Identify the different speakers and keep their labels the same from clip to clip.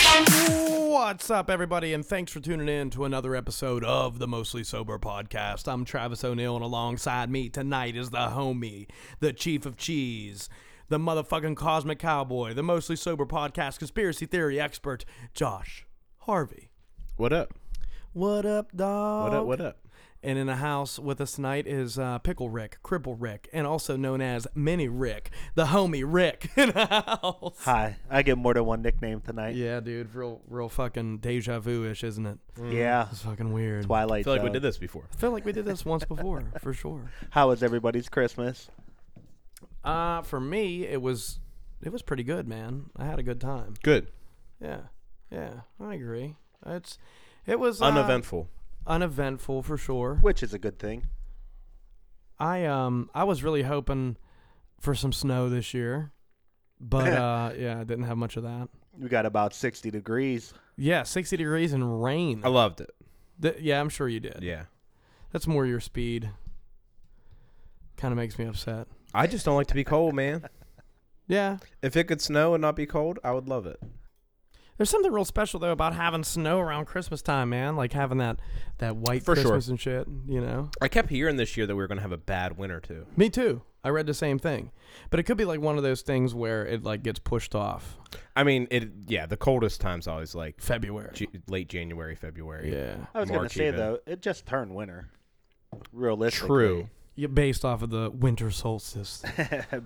Speaker 1: What's up, everybody, and thanks for tuning in to another episode of the Mostly Sober Podcast. I'm Travis O'Neill, and alongside me tonight is the homie, the chief of cheese, the motherfucking cosmic cowboy, the Mostly Sober Podcast conspiracy theory expert, Josh Harvey.
Speaker 2: What up?
Speaker 1: What up, dog?
Speaker 2: What up? What up?
Speaker 1: And in the house with us tonight is uh, Pickle Rick, Cripple Rick, and also known as Mini Rick, the homie Rick in the house.
Speaker 3: Hi, I get more than one nickname tonight. Yeah,
Speaker 1: Yeah, dude, real, real fucking deja vu ish, isn't it? It's fucking weird.
Speaker 3: Twilight.
Speaker 2: I feel like we
Speaker 3: Zone.
Speaker 2: did this before.
Speaker 1: I feel like we did this once before, for sure.
Speaker 3: How was everybody's Christmas?
Speaker 1: Uh, for me, it was it was pretty good, man. I had a good time.
Speaker 2: Good.
Speaker 1: Yeah, yeah, I agree. It's it was uh,
Speaker 2: Uneventful.
Speaker 1: uneventful for sure.
Speaker 3: Which is a good thing.
Speaker 1: I um I was really hoping for some snow this year, but uh yeah, I didn't have much of that.
Speaker 3: We got about 60 degrees.
Speaker 1: Yeah, sixty degrees and rain.
Speaker 2: I loved it.
Speaker 1: Th- yeah, I'm sure you did.
Speaker 2: Yeah.
Speaker 1: that's more your speed. Kind of makes me upset.
Speaker 2: I just don't like to be cold, man.
Speaker 1: Yeah,
Speaker 2: If it could snow and not be cold, I would love it.
Speaker 1: There's something real special though about having snow around Christmas time, man. Like having that that white
Speaker 2: For sure.
Speaker 1: Christmas and shit. You know.
Speaker 2: I kept hearing this year that we were going to have a bad winter, too.
Speaker 1: Me too. I read the same thing, but it could be like one of those things where it like gets pushed off
Speaker 2: I mean, it. yeah, the coldest time's always like
Speaker 1: February.
Speaker 2: J- late January, February.
Speaker 1: Yeah.
Speaker 3: I was going
Speaker 2: March
Speaker 3: to say,
Speaker 2: even.
Speaker 3: though, it just turned winter. Realistically.
Speaker 2: True.
Speaker 1: Yeah, based off of the winter solstice,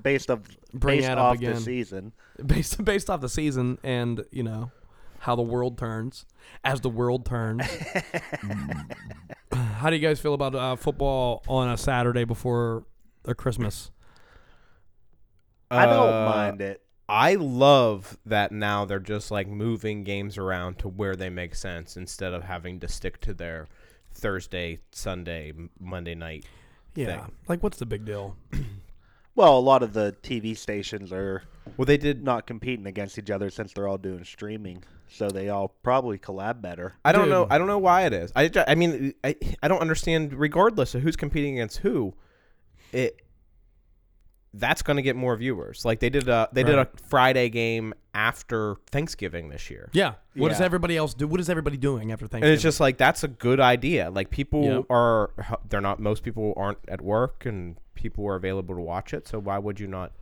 Speaker 3: based of,
Speaker 1: Bring
Speaker 3: based
Speaker 1: that up
Speaker 3: off
Speaker 1: again.
Speaker 3: the season.
Speaker 1: based based off the season and you know how the world turns as the world turns. how do you guys feel about uh, football on a Saturday before a Christmas?
Speaker 3: I don't
Speaker 2: Uh,
Speaker 3: mind it.
Speaker 2: I love that now they're just like moving games around to where they make sense instead of having to stick to their Thursday, Sunday, M- Monday night.
Speaker 1: Yeah.
Speaker 2: Thing.
Speaker 1: Like, what's the big deal?
Speaker 3: Well, a lot of the TV stations are
Speaker 2: Well, they did.
Speaker 3: not competing against each other since they're all doing streaming. So they all probably collab better.
Speaker 2: I don't
Speaker 1: Dude.
Speaker 2: know. I don't know why it is. I, ju- I mean, I, I don't understand. Regardless of who's competing against who, it that's going to get more viewers. Like they did a they did a Friday game after Thanksgiving this year.
Speaker 1: Yeah. What does
Speaker 3: Yeah.
Speaker 1: everybody else do? What is everybody doing after Thanksgiving?
Speaker 2: And it's just like that's a good idea. Like people
Speaker 1: Yep.
Speaker 2: are they're not most people aren't at work and people are available to watch it. So why would you not?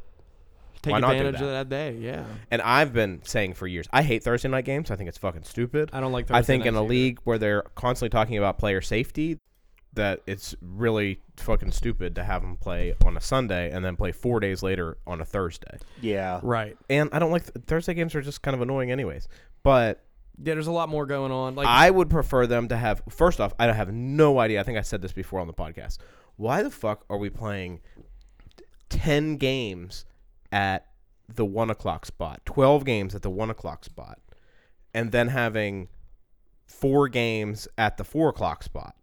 Speaker 1: take
Speaker 2: why not do
Speaker 1: advantage of that
Speaker 2: that?
Speaker 1: day. Yeah.
Speaker 2: And I've been saying for years, I hate Thursday night games. I think it's fucking stupid.
Speaker 1: I don't like
Speaker 2: I
Speaker 1: Thursday
Speaker 2: think in a
Speaker 1: nights either.
Speaker 2: league where they're constantly talking about player safety, that it's really fucking stupid to have them play on a Sunday and then play four days later on a Thursday.
Speaker 3: Yeah.
Speaker 1: Right.
Speaker 2: And I don't like Thursday games are just kind of annoying, anyways. But
Speaker 1: Yeah. There's a lot more going on. Like
Speaker 2: I would prefer them to have. First off, I have no idea. I think I said this before on the podcast. Why the fuck are we playing ten games at the one o'clock spot, twelve games at the one o'clock spot, and then having four games at the four o'clock spot?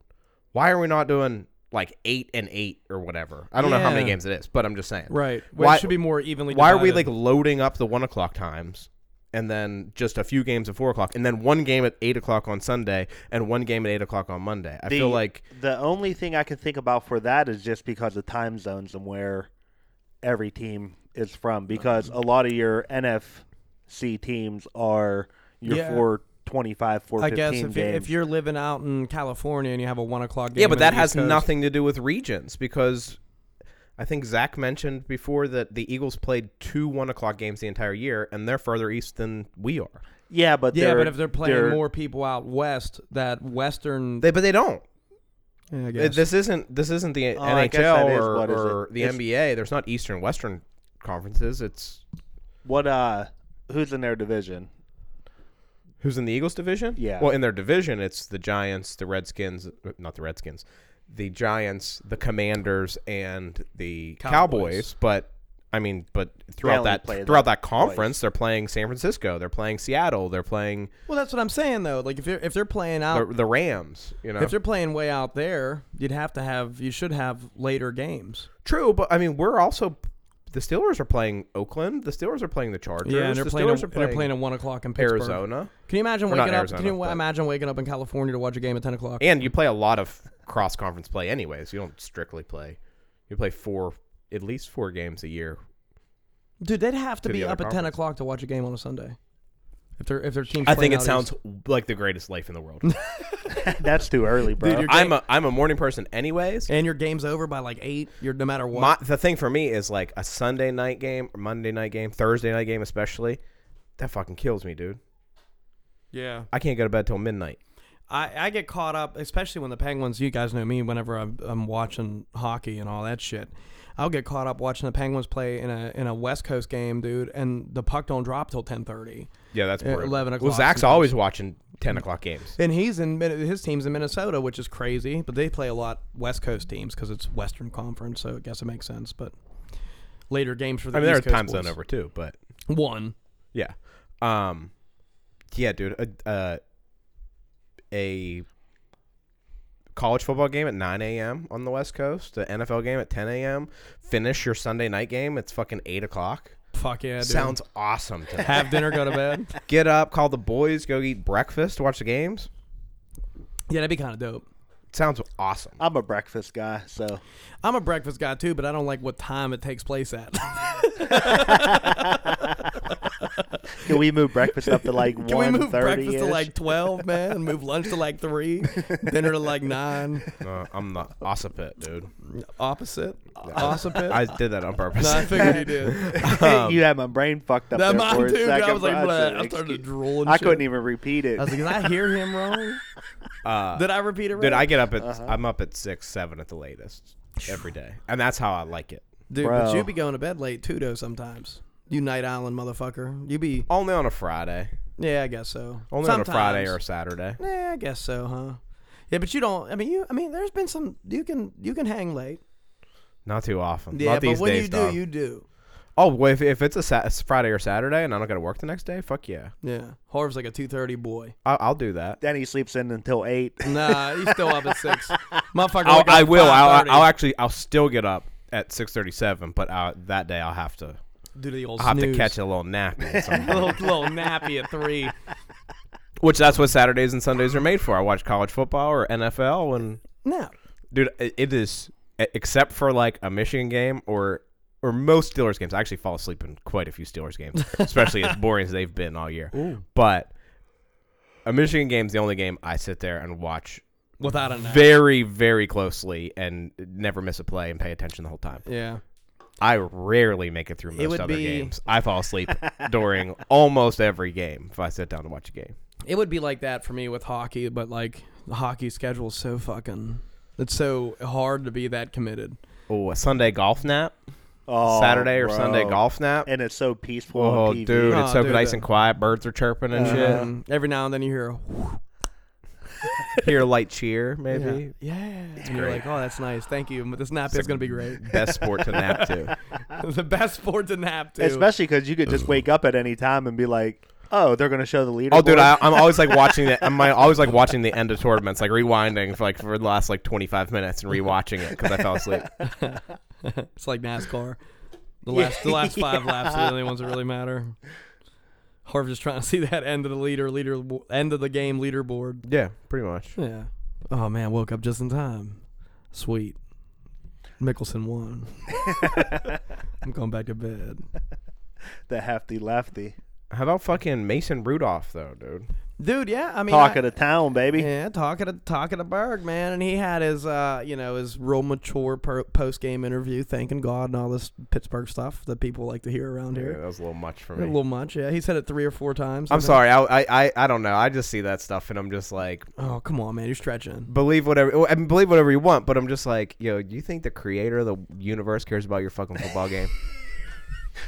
Speaker 2: Why are we not doing like eight and eight or whatever? I don't know how many
Speaker 1: Yeah.
Speaker 2: games it is, but I'm just saying.
Speaker 1: right. Well,
Speaker 2: Why
Speaker 1: it should be more evenly.
Speaker 2: Why are we like
Speaker 1: divided.
Speaker 2: loading up the one o'clock times and then just a few games at four o'clock and then one game at eight o'clock on Sunday and one game at eight o'clock on Monday? I feel like
Speaker 3: the only thing I can think about for that is just because of time zones and where every team is from. Because
Speaker 1: Mm-hmm.
Speaker 3: a lot of your NFC teams are your
Speaker 1: Yeah.
Speaker 3: 425,
Speaker 1: I guess
Speaker 3: 415
Speaker 1: if, you,
Speaker 3: games.
Speaker 1: if you're living out in California and you have a one o'clock game,
Speaker 2: yeah, but
Speaker 1: on
Speaker 2: that
Speaker 1: the
Speaker 2: has
Speaker 1: East Coast-
Speaker 2: nothing to do with regions because I think Zach mentioned before that the Eagles played two one o'clock games the entire year and they're further east than we are.
Speaker 3: yeah, but
Speaker 1: Yeah,
Speaker 3: they're,
Speaker 1: but if they're playing
Speaker 3: they're-
Speaker 1: more people out west, that western.
Speaker 2: They but they don't.
Speaker 1: yeah, I
Speaker 2: It-
Speaker 1: guess.
Speaker 2: This isn't this isn't the
Speaker 3: Oh, I guess
Speaker 2: NHL
Speaker 3: that is
Speaker 2: or,
Speaker 3: what is
Speaker 2: or
Speaker 3: it.
Speaker 2: the
Speaker 3: It's-
Speaker 2: NBA. There's not Eastern Western conferences. It's
Speaker 3: what uh who's in their division?
Speaker 2: Who's in the Eagles division?
Speaker 3: Yeah.
Speaker 2: Well, in their division, it's the Giants, the Redskins, uh, not the Redskins, the Giants, the Commanders, and the Cowboys.
Speaker 1: Cowboys.
Speaker 2: But I mean, but
Speaker 3: They
Speaker 2: throughout
Speaker 3: only
Speaker 2: that
Speaker 3: play
Speaker 2: throughout
Speaker 3: them
Speaker 2: that conference, they're playing San Francisco, they're playing Seattle, they're playing
Speaker 1: Well, that's what I'm saying though. Like if they're if they're playing
Speaker 3: Oh.
Speaker 2: the,
Speaker 1: out
Speaker 2: the Rams. You know,
Speaker 1: if they're playing way out there, you'd have to have you should have later games.
Speaker 2: True, but I mean, we're also the Steelers are playing Oakland. The Steelers are playing the Chargers.
Speaker 1: Yeah, and they're
Speaker 2: the
Speaker 1: playing,
Speaker 2: Steelers
Speaker 1: a, they're playing at one o'clock in Pittsburgh.
Speaker 2: Arizona.
Speaker 1: Can you imagine
Speaker 2: Or not
Speaker 1: waking up? Can
Speaker 2: Arizona,
Speaker 1: you wa-
Speaker 2: but-
Speaker 1: imagine waking up in California to watch a game at ten o'clock?
Speaker 2: And you play a lot of cross conference play, anyways. You don't strictly play. You play four, at least four games a year.
Speaker 1: Dude, they'd have to,
Speaker 2: To the
Speaker 1: be
Speaker 2: other
Speaker 1: up at ten
Speaker 2: conference.
Speaker 1: o'clock to watch a game on a Sunday. If their if their team,
Speaker 2: I think it sounds like the greatest life in the world.
Speaker 3: That's too early, bro.
Speaker 1: you're-
Speaker 2: I'm a I'm a morning person, anyways.
Speaker 1: and your game's over by like eight. You're no matter what.
Speaker 2: My, the thing for me is like a Sunday night game, or Monday night game, Thursday night game, especially. That fucking kills me, dude.
Speaker 1: yeah,
Speaker 2: I can't go to bed till midnight.
Speaker 1: I, I get caught up, especially when the Penguins. You guys know me. Whenever I'm, I'm watching hockey and all that shit, I'll get caught up watching the Penguins play in a in a West Coast game, dude. And the puck don't drop till ten thirty.
Speaker 2: Yeah, that's
Speaker 1: At
Speaker 2: brutal.
Speaker 1: 11
Speaker 2: Well,
Speaker 1: o'clock
Speaker 2: Zach's
Speaker 1: sometimes.
Speaker 2: always watching ten o'clock games.
Speaker 1: And he's in Min- his team's in Minnesota, which is crazy. But they play a lot West Coast teams because it's Western Conference, so I guess it makes sense. But later games for the
Speaker 2: I mean, there's
Speaker 1: East Coast
Speaker 2: time zone
Speaker 1: boys.
Speaker 2: over too, but
Speaker 1: one.
Speaker 2: yeah, um, yeah, dude, a, uh, a college football game at 9 a.m. on the West Coast, the NFL game at 10 a.m. Finish your Sunday night game. It's fucking eight o'clock.
Speaker 1: Fuck yeah, dude.
Speaker 2: Sounds awesome. To me.
Speaker 1: Have dinner, go to bed.
Speaker 2: Get up, call the boys, go eat breakfast, watch the games.
Speaker 1: yeah, that'd be kind of dope.
Speaker 2: Sounds awesome.
Speaker 3: I'm a breakfast guy, so
Speaker 1: I'm a breakfast guy too, but I don't like what time it takes place at.
Speaker 3: can we move breakfast up to like
Speaker 1: Can we move
Speaker 3: one thirty?
Speaker 1: breakfast to like twelve, man? Move lunch to like three, dinner to like nine.
Speaker 2: No, I'm the occiput, dude.
Speaker 1: Opposite, opposite.
Speaker 2: I did that on purpose.
Speaker 1: No, I figured he did.
Speaker 3: you had my brain fucked up
Speaker 1: That
Speaker 3: there
Speaker 1: mine
Speaker 3: for a
Speaker 1: too, dude. I
Speaker 3: second,
Speaker 1: was like,
Speaker 3: bro.
Speaker 1: bleh.
Speaker 3: said,
Speaker 1: I started to
Speaker 3: "Excuse-"
Speaker 1: drool and
Speaker 3: I couldn't
Speaker 1: shit.
Speaker 3: even repeat it.
Speaker 1: I was like, did I hear him wrong?
Speaker 3: Uh,
Speaker 1: did I repeat it right?
Speaker 2: Dude, I get up at I'm up at six, seven at the latest every day, and that's how I like it.
Speaker 1: Dude, but
Speaker 3: Bro.
Speaker 1: you be going to bed late too, though. Sometimes you night island motherfucker. You be
Speaker 2: Only on a Friday.
Speaker 1: yeah, I guess so.
Speaker 2: Only
Speaker 1: Sometimes.
Speaker 2: on a Friday or a Saturday.
Speaker 1: yeah, I guess so, huh? Yeah, but you don't. I mean, you. I mean, there's been some. You can you can hang late.
Speaker 2: Not too often.
Speaker 1: Yeah,
Speaker 2: Not these
Speaker 1: but when
Speaker 2: days,
Speaker 1: you
Speaker 2: Dom.
Speaker 1: do, you do.
Speaker 2: oh, well, if, if it's a Sa- it's Friday or Saturday and I don't got to work the next day, fuck yeah,
Speaker 1: Yeah, Harv's like a two thirty boy.
Speaker 2: I'll, I'll do that.
Speaker 3: then he sleeps in until eight.
Speaker 1: Nah, he's still up at six. Motherfucker,
Speaker 2: I'll,
Speaker 1: wake up
Speaker 2: I will. I'll,
Speaker 1: 5:30.
Speaker 2: I'll actually. I'll still get up at six thirty-seven, but uh that day I'll have to.
Speaker 1: do the old
Speaker 2: I'll have to
Speaker 1: snooze.
Speaker 2: catch a little nap, in some-
Speaker 1: a little, little nappy at three.
Speaker 2: which that's what Saturdays and Sundays are made for. I watch college football or NFL, and
Speaker 1: No,
Speaker 2: dude i- it is e- except for like a michigan game or or most steelers games i actually fall asleep in quite a few steelers games especially as boring as they've been all year but a michigan game's the only game i sit there and watch
Speaker 1: without a nap.
Speaker 2: very very closely and never miss a play and pay attention the whole time
Speaker 1: yeah.
Speaker 2: i rarely make it through most
Speaker 1: would
Speaker 2: other
Speaker 1: be-
Speaker 2: games i fall asleep during almost every game if i sit down to watch a game
Speaker 1: It would be like that for me with hockey, but like the hockey schedule's so fucking. It's so hard to be that committed.
Speaker 2: oh a sunday golf nap
Speaker 3: Oh,
Speaker 2: saturday or
Speaker 3: bro.
Speaker 2: sunday golf nap
Speaker 3: and it's so peaceful.
Speaker 2: Oh,
Speaker 3: on TV.
Speaker 2: dude,
Speaker 1: Oh,
Speaker 2: it's so
Speaker 1: dude,
Speaker 2: nice
Speaker 1: that-
Speaker 2: and quiet. Birds are chirping and
Speaker 1: Um, every now and then you hear, a,
Speaker 2: shit. Hear a light cheer, maybe.
Speaker 1: yeah, and you're like, oh, that's nice, thank you. But this nap is gonna be great.
Speaker 2: Best sport to nap to.
Speaker 1: the best sport to nap to.
Speaker 3: especially because you could just wake up at any time and be like, "Oh, they're gonna show the leader."
Speaker 2: Oh, dude, I, I'm always like watching the. I'm always like watching the end of tournaments, like rewinding for like for the last like 25 minutes and rewatching it because I fell asleep.
Speaker 1: It's like NASCAR. The last the last five laps are the only ones that really matter. Harv just trying to see that end of the leader leader end of the game leaderboard.
Speaker 2: Yeah, pretty much.
Speaker 1: Yeah. Oh man, woke up just in time. Sweet. Mickelson won. I'm going back to bed.
Speaker 3: the hefty lefty
Speaker 2: How about fucking Mason Rudolph though, dude?
Speaker 1: Dude, yeah, I mean
Speaker 3: talk
Speaker 1: I-
Speaker 3: of the town, baby.
Speaker 1: Yeah, talking to talking to Berg, man, and he had his uh, you know, his real mature per- post game interview, thanking God and all this Pittsburgh stuff that people like to hear around
Speaker 2: Yeah,
Speaker 1: here.
Speaker 2: that was a little much for
Speaker 1: A
Speaker 2: me.
Speaker 1: little much, yeah. He said it three or four times.
Speaker 2: I'm
Speaker 1: And then-
Speaker 2: sorry. I, I I- I don't know. I just see that stuff and I'm just like,
Speaker 1: Oh, come on, man. You're stretching.
Speaker 2: believe whatever I mean, believe whatever you want, but I'm just like, yo, do you think the creator of the universe cares about your fucking football game?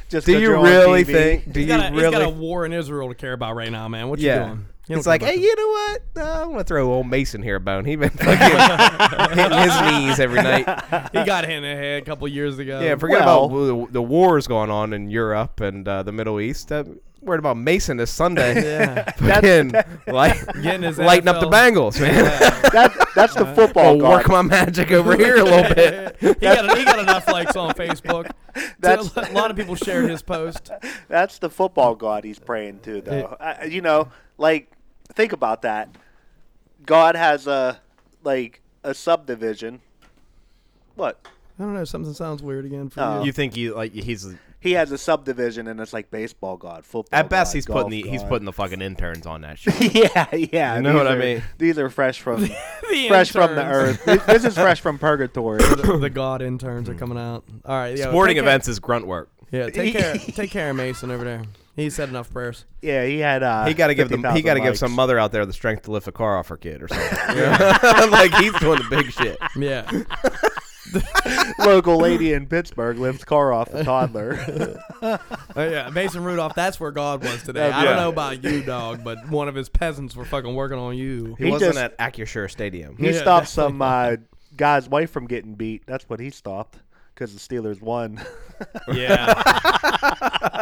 Speaker 3: Just
Speaker 2: do
Speaker 3: 'cause
Speaker 2: you
Speaker 3: you're on
Speaker 2: really
Speaker 3: TV.
Speaker 2: think? Do
Speaker 1: He's
Speaker 2: you
Speaker 1: got, a, he's got a
Speaker 2: really?
Speaker 1: war in Israel to care about right now, man. What
Speaker 2: Yeah.
Speaker 1: you doing?
Speaker 2: it's like, hey, you know what? Uh, I want to throw old Mason here a bone. He been fucking hitting his knees every night.
Speaker 1: He got hit in the head a couple years ago.
Speaker 2: Yeah, forget
Speaker 3: Well-
Speaker 2: about w- the, the wars going on in Europe and uh, the Middle East. Uh, worried about Mason this Sunday. yeah, fucking light,
Speaker 1: Getting his
Speaker 2: lighten up the
Speaker 1: NFL.
Speaker 2: Bengals, man.
Speaker 3: That, that's the football
Speaker 2: I'll
Speaker 3: god.
Speaker 2: work my magic over here a little bit.
Speaker 1: he, got, he got enough likes on Facebook.
Speaker 3: That's-
Speaker 1: a lot of people shared his post.
Speaker 3: That's the football god he's praying to, though. I, you know, like think about that. God has a like a subdivision. What
Speaker 1: I don't know. Something sounds weird again for
Speaker 3: Oh.
Speaker 1: you.
Speaker 4: You think he like he's
Speaker 3: he has a subdivision, and it's like baseball god, football.
Speaker 4: at best
Speaker 3: god,
Speaker 4: he's putting the
Speaker 3: golf
Speaker 4: he's
Speaker 3: god.
Speaker 4: putting the fucking interns on that shit.
Speaker 3: yeah, yeah.
Speaker 4: You know
Speaker 3: these
Speaker 4: what I
Speaker 3: are-
Speaker 4: mean?
Speaker 3: These are fresh from fresh from the
Speaker 1: interns.
Speaker 3: earth. This- This is fresh from purgatory.
Speaker 1: the, the god interns are coming out. All right, yo,
Speaker 4: Sporting
Speaker 1: take
Speaker 4: events is grunt work.
Speaker 1: Care, yeah, take care, take care of Mason over there. He said enough prayers.
Speaker 3: Yeah, he had. Uh,
Speaker 2: He got to give them. He
Speaker 3: 50,000
Speaker 2: got to give
Speaker 3: likes.
Speaker 2: some mother out there the strength to lift a car off her kid or something. like he's doing the big shit.
Speaker 1: Yeah,
Speaker 3: local lady in Pittsburgh lifts car off a toddler.
Speaker 1: Uh, yeah. Mason Rudolph, that's where God was today. I don't know about you, dog, but one of his peasants were fucking working on you.
Speaker 2: He,
Speaker 3: He
Speaker 2: wasn't
Speaker 3: just-
Speaker 2: at Acusure Stadium.
Speaker 3: He
Speaker 1: Yeah,
Speaker 3: stopped some uh, guy's wife from getting beat. That's what he stopped because the Steelers won.
Speaker 1: Yeah.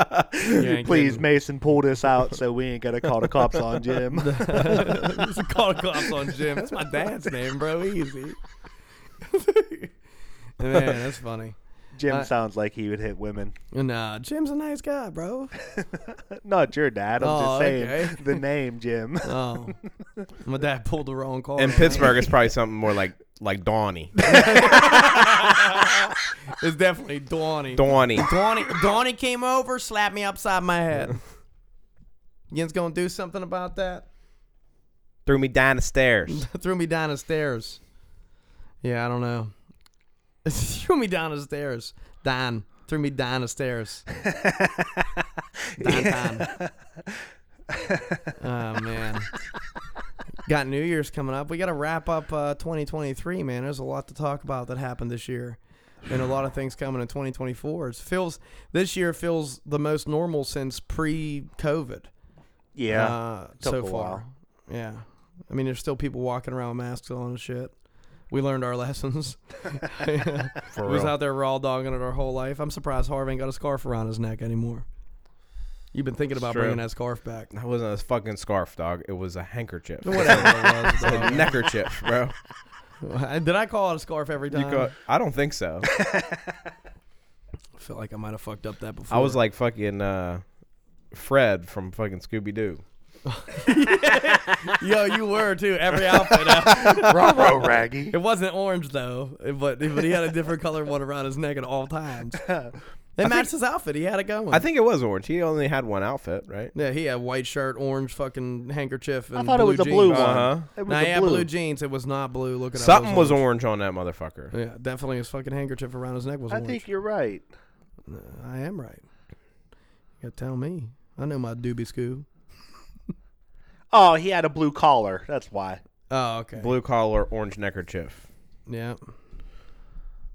Speaker 1: You ain't
Speaker 3: Please,
Speaker 1: kidding.
Speaker 3: Mason, pull this out so we ain't gonna call the cops on Jim.
Speaker 1: It's a call the cops on Jim. It's my dad's name, bro. Easy. Man, that's funny.
Speaker 3: Jim
Speaker 1: Uh,
Speaker 3: sounds like he would hit women.
Speaker 1: Nah, Jim's a nice guy, bro.
Speaker 3: Not your dad. I'm
Speaker 1: Oh,
Speaker 3: just saying
Speaker 1: okay.
Speaker 3: the name Jim.
Speaker 2: Um,
Speaker 1: Oh, my dad pulled the wrong card.
Speaker 2: In
Speaker 1: on
Speaker 2: Pittsburgh, it's probably something more like like Donnie.
Speaker 1: that. it's definitely Dawny.
Speaker 2: Donnie.
Speaker 1: Donnie, Donnie came over, slapped me upside my head. Yin's gonna do something about that.
Speaker 2: Threw me down the stairs.
Speaker 1: Threw me down the stairs. Yeah, I don't know. Threw me down the stairs. Don threw me down the stairs. Don, Don. Oh man. Got New Year's coming up. We got to wrap up uh, 2023, man. There's a lot to talk about that happened this year, and a lot of things coming in 2024. It feels this year feels the most normal since pre-COVID.
Speaker 3: Yeah,
Speaker 1: Uh,
Speaker 3: took
Speaker 1: so
Speaker 3: a
Speaker 1: far.
Speaker 3: while.
Speaker 1: Yeah. I mean, there's still people walking around with masks on and shit. We learned our lessons. we was out there raw dogging it our whole life. I'm surprised Harv ain't got a scarf around his neck anymore. You've been thinking about
Speaker 2: true.
Speaker 1: bringing that scarf back.
Speaker 2: That wasn't a fucking scarf, dog. It was a handkerchief.
Speaker 1: Whatever it was,
Speaker 2: a neckerchief, bro.
Speaker 1: dog. Did I call it a scarf every
Speaker 2: You
Speaker 1: time?
Speaker 2: got, I don't think so.
Speaker 1: I feel like I might have fucked up that before.
Speaker 2: I was like fucking uh, Fred from fucking Scooby Doo.
Speaker 1: yo, you were too. Every outfit. uh,
Speaker 3: Bravo, Raggy.
Speaker 1: it wasn't orange though, but but he had a different color one around his neck at all times. It matched his outfit. He had it going.
Speaker 2: I think it was orange. He only had one outfit, right?
Speaker 1: Yeah, he had white shirt, orange fucking handkerchief, and
Speaker 3: I thought it
Speaker 1: blue
Speaker 3: was a
Speaker 1: jeans.
Speaker 3: blue one.
Speaker 2: Uh-huh.
Speaker 3: It was
Speaker 1: Nah,
Speaker 3: a
Speaker 1: yeah,
Speaker 3: blue.
Speaker 1: blue jeans. It was not blue. Look at
Speaker 2: Something was orange on that motherfucker.
Speaker 1: Yeah, definitely his fucking handkerchief around his neck was
Speaker 3: I
Speaker 1: orange.
Speaker 3: think you're right.
Speaker 1: I am right. You gotta tell me. I know my doobie scoo.
Speaker 3: Oh, he had a blue collar. That's why.
Speaker 1: Oh, okay.
Speaker 2: Blue collar, orange neckerchief.
Speaker 1: Yeah.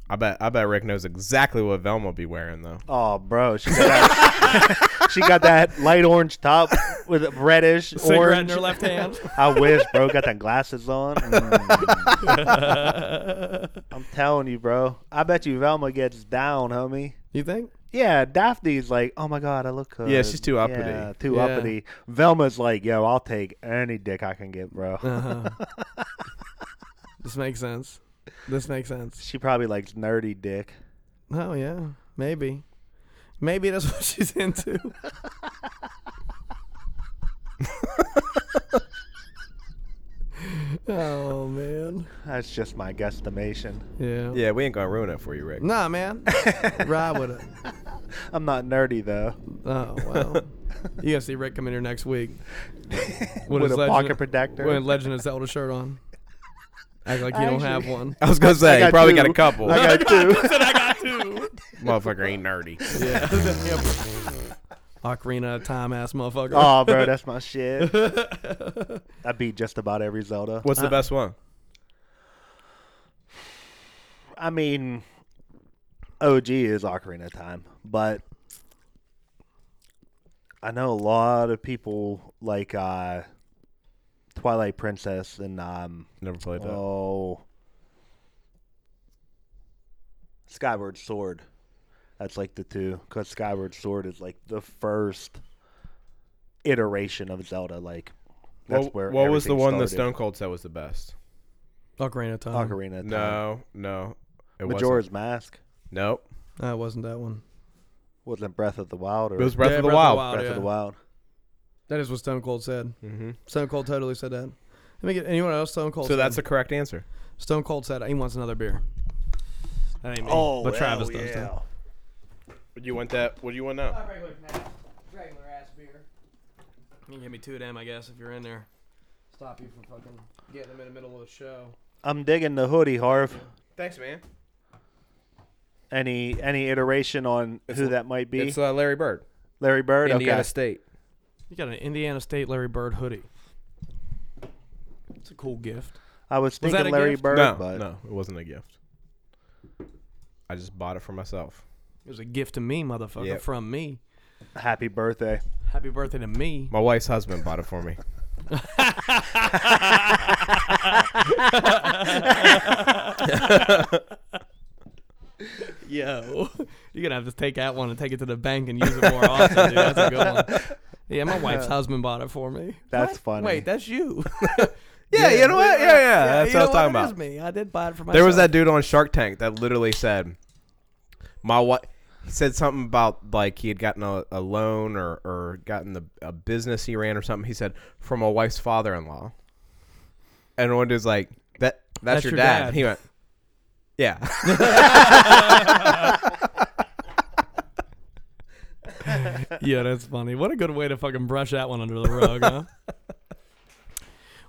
Speaker 2: I bet I bet Rick knows exactly what Velma be wearing though.
Speaker 3: Oh, bro, she got that, she got that light orange top with reddish
Speaker 1: Cigarette in
Speaker 3: orange.
Speaker 1: her left hand.
Speaker 3: I wish, bro. Got that glasses on. Mm. I'm telling you, bro. I bet you Velma gets down, homie.
Speaker 1: you think?
Speaker 3: Yeah, Daphne's like, oh my god, I look good.
Speaker 2: Yeah, she's too uppity.
Speaker 3: Yeah, too
Speaker 1: Yeah.
Speaker 3: uppity. Velma's like, yo, I'll take any dick I can get, bro.
Speaker 2: Uh-huh.
Speaker 1: This makes sense. This makes sense.
Speaker 3: she probably likes nerdy dick.
Speaker 1: Oh yeah, maybe. Maybe that's what she's into. oh man.
Speaker 3: That's just my guesstimation.
Speaker 1: Yeah.
Speaker 2: Yeah, we ain't gonna ruin it for you, Rick.
Speaker 1: Nah, man. Ride with it.
Speaker 3: I'm not nerdy though.
Speaker 1: Oh, wow. you gotta see Rick come in here next week.
Speaker 3: With
Speaker 1: his
Speaker 3: a pocket protector.
Speaker 1: With a Legend of Zelda shirt on. Act like you don't have one.
Speaker 2: I was gonna say
Speaker 3: got
Speaker 2: you probably
Speaker 3: two.
Speaker 2: got a couple.
Speaker 3: I got two.
Speaker 2: Motherfucker ain't nerdy.
Speaker 1: Yeah. Ocarina of Time ass motherfucker.
Speaker 3: oh, bro, that's my shit. I beat just about every Zelda.
Speaker 2: What's the best one?
Speaker 3: I mean, OG is Ocarina of Time, but I know a lot of people like uh, Twilight Princess and um
Speaker 2: Never played that.
Speaker 3: oh Skyward Sword. That's like the two because Skyward Sword is like the first iteration of Zelda. Like that's
Speaker 2: what
Speaker 3: where
Speaker 2: what was the
Speaker 3: everything
Speaker 2: one that
Speaker 3: started.
Speaker 2: Stone Cold said was the best?
Speaker 1: Ocarina of
Speaker 2: Mm-hmm.
Speaker 1: Time.
Speaker 3: Ocarina of Time.
Speaker 2: No, no. It
Speaker 3: Majora's Mask
Speaker 2: wasn't. Nope.
Speaker 1: That wasn't that one.
Speaker 3: wasn't Breath of the Wild or
Speaker 2: It was Breath,
Speaker 1: Yeah,
Speaker 2: of,
Speaker 1: Breath
Speaker 2: the
Speaker 1: of the
Speaker 2: Wild.
Speaker 1: Wild.
Speaker 3: Breath of
Speaker 1: yeah.
Speaker 3: the Wild.
Speaker 1: That is what Stone Cold said. Mm-hmm. Stone Cold totally said that. Let me get anyone else. Stone Cold.
Speaker 2: So that's the
Speaker 1: said.
Speaker 2: correct answer.
Speaker 1: Stone Cold said he wants another beer. That ain't me.
Speaker 3: Oh,
Speaker 1: but Travis
Speaker 3: hell
Speaker 1: does
Speaker 3: yeah.
Speaker 1: that.
Speaker 2: Would you want that? What do you want now?
Speaker 1: Regular ass, regular ass beer. You can give me two of them, I guess, if you're in there. Stop you from fucking getting them in the middle of the show.
Speaker 3: I'm digging the hoodie, Harv.
Speaker 2: Thanks, man.
Speaker 3: Any any iteration on who that might be?
Speaker 2: It's uh, Larry Bird,
Speaker 3: Larry Bird.
Speaker 2: Indiana
Speaker 3: okay.
Speaker 2: State.
Speaker 1: You got an Indiana State Larry Bird hoodie. It's a cool gift.
Speaker 3: I was
Speaker 1: that
Speaker 3: thinking
Speaker 1: a
Speaker 3: Larry
Speaker 1: gift?
Speaker 3: Bird,
Speaker 2: no,
Speaker 3: but
Speaker 2: no, it wasn't a gift. I just bought it for myself.
Speaker 1: It was a gift to me, motherfucker,
Speaker 2: Yep.
Speaker 1: from me.
Speaker 3: happy birthday.
Speaker 1: Happy birthday to me.
Speaker 2: My wife's husband bought it for me.
Speaker 1: Yo, you're gonna have to take that one and take it to the bank and use it more often, dude. That's a good one. Yeah, my wife's husband bought it for me.
Speaker 3: That's
Speaker 1: What?
Speaker 3: funny.
Speaker 1: Wait, that's you.
Speaker 2: Yeah, you know what? Yeah, yeah, that's
Speaker 1: you
Speaker 2: what I was
Speaker 1: know
Speaker 2: talking
Speaker 1: It is
Speaker 2: about.
Speaker 1: me. I did buy it for myself.
Speaker 2: There was that dude on Shark Tank that literally said, "My wife." He said something about like he had gotten a, a loan or or gotten the, a business he ran or something. He said from my wife's father-in-law, and one dude's like, "That that's, your, dad. And he went, "Yeah."
Speaker 1: Yeah, that's funny. What a good way to fucking brush that one under the rug, huh?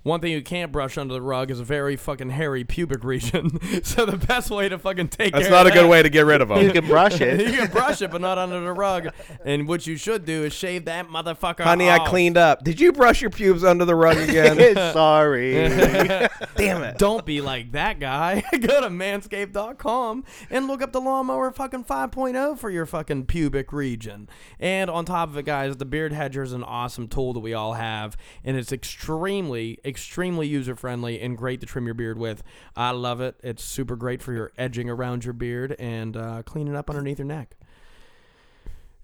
Speaker 1: One thing you can't brush under the rug is a very fucking hairy pubic region. so the best way to fucking take
Speaker 2: That's
Speaker 1: care
Speaker 2: not a
Speaker 1: of
Speaker 2: good
Speaker 1: that-
Speaker 2: way to get rid of
Speaker 3: you
Speaker 2: him.
Speaker 3: can brush
Speaker 1: you
Speaker 3: it.
Speaker 1: can brush it, but not under the rug. And what you should do is shave that motherfucker.
Speaker 2: Honey, I
Speaker 1: off.
Speaker 2: cleaned up. Did you brush your pubes under the rug again?
Speaker 3: Sorry.
Speaker 2: Damn it.
Speaker 1: Don't be like that guy. Go to manscaped.com and look up the lawnmower fucking 5.0 for your fucking pubic region. And on top of it, guys, the beard hedger is an awesome tool that we all have, and it's extremely, extremely user friendly and great to trim your beard with. I love it. It's super great for your edging around your beard and uh, cleaning up underneath your neck.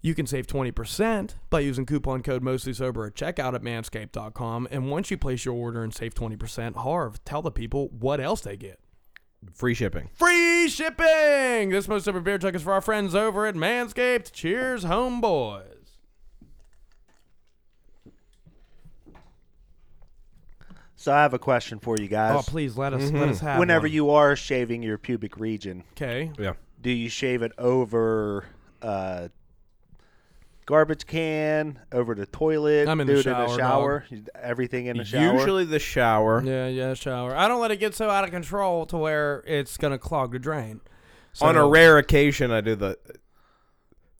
Speaker 1: You can save 20% by using coupon code mostly sober at checkout at manscaped.com. And once you place your order and save 20%, Harv, tell the people what else they get.
Speaker 2: Free shipping.
Speaker 1: Free shipping! This most sober beer truck is for our friends over at Manscaped. Cheers, homeboys.
Speaker 3: so I have a question for you
Speaker 1: Oh,
Speaker 3: guys.
Speaker 1: please let us let us
Speaker 2: Mm-hmm.
Speaker 1: have
Speaker 3: Whenever you are shaving your pubic region,
Speaker 1: okay.
Speaker 2: Yeah.
Speaker 3: do you shave it over uh, garbage can, over the toilet?
Speaker 1: I'm in
Speaker 3: do
Speaker 1: the
Speaker 3: it in the
Speaker 1: shower,
Speaker 3: shower. Everything in the shower.
Speaker 2: Usually the shower.
Speaker 1: Yeah, yeah, shower. I don't let it get so out of control to where it's gonna clog the drain. So,
Speaker 2: on a rare occasion I do the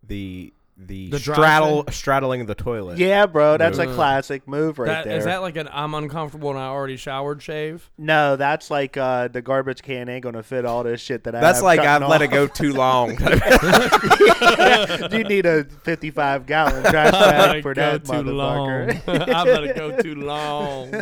Speaker 2: the the,
Speaker 1: The dry
Speaker 2: straddle straddling the toilet.
Speaker 3: yeah, bro, that's a
Speaker 2: Move.
Speaker 3: classic move right
Speaker 1: that,
Speaker 3: there.
Speaker 1: is that like an I'm uncomfortable and I already showered shave?
Speaker 3: No, that's like uh, the garbage can ain't gonna fit all this shit that I.
Speaker 2: That's
Speaker 3: have
Speaker 2: like
Speaker 3: cutting
Speaker 2: I've let it
Speaker 3: off.
Speaker 2: go too long.
Speaker 3: you need a fifty-five gallon trash bag for
Speaker 1: go
Speaker 3: that motherfucker.
Speaker 1: I let it go too long.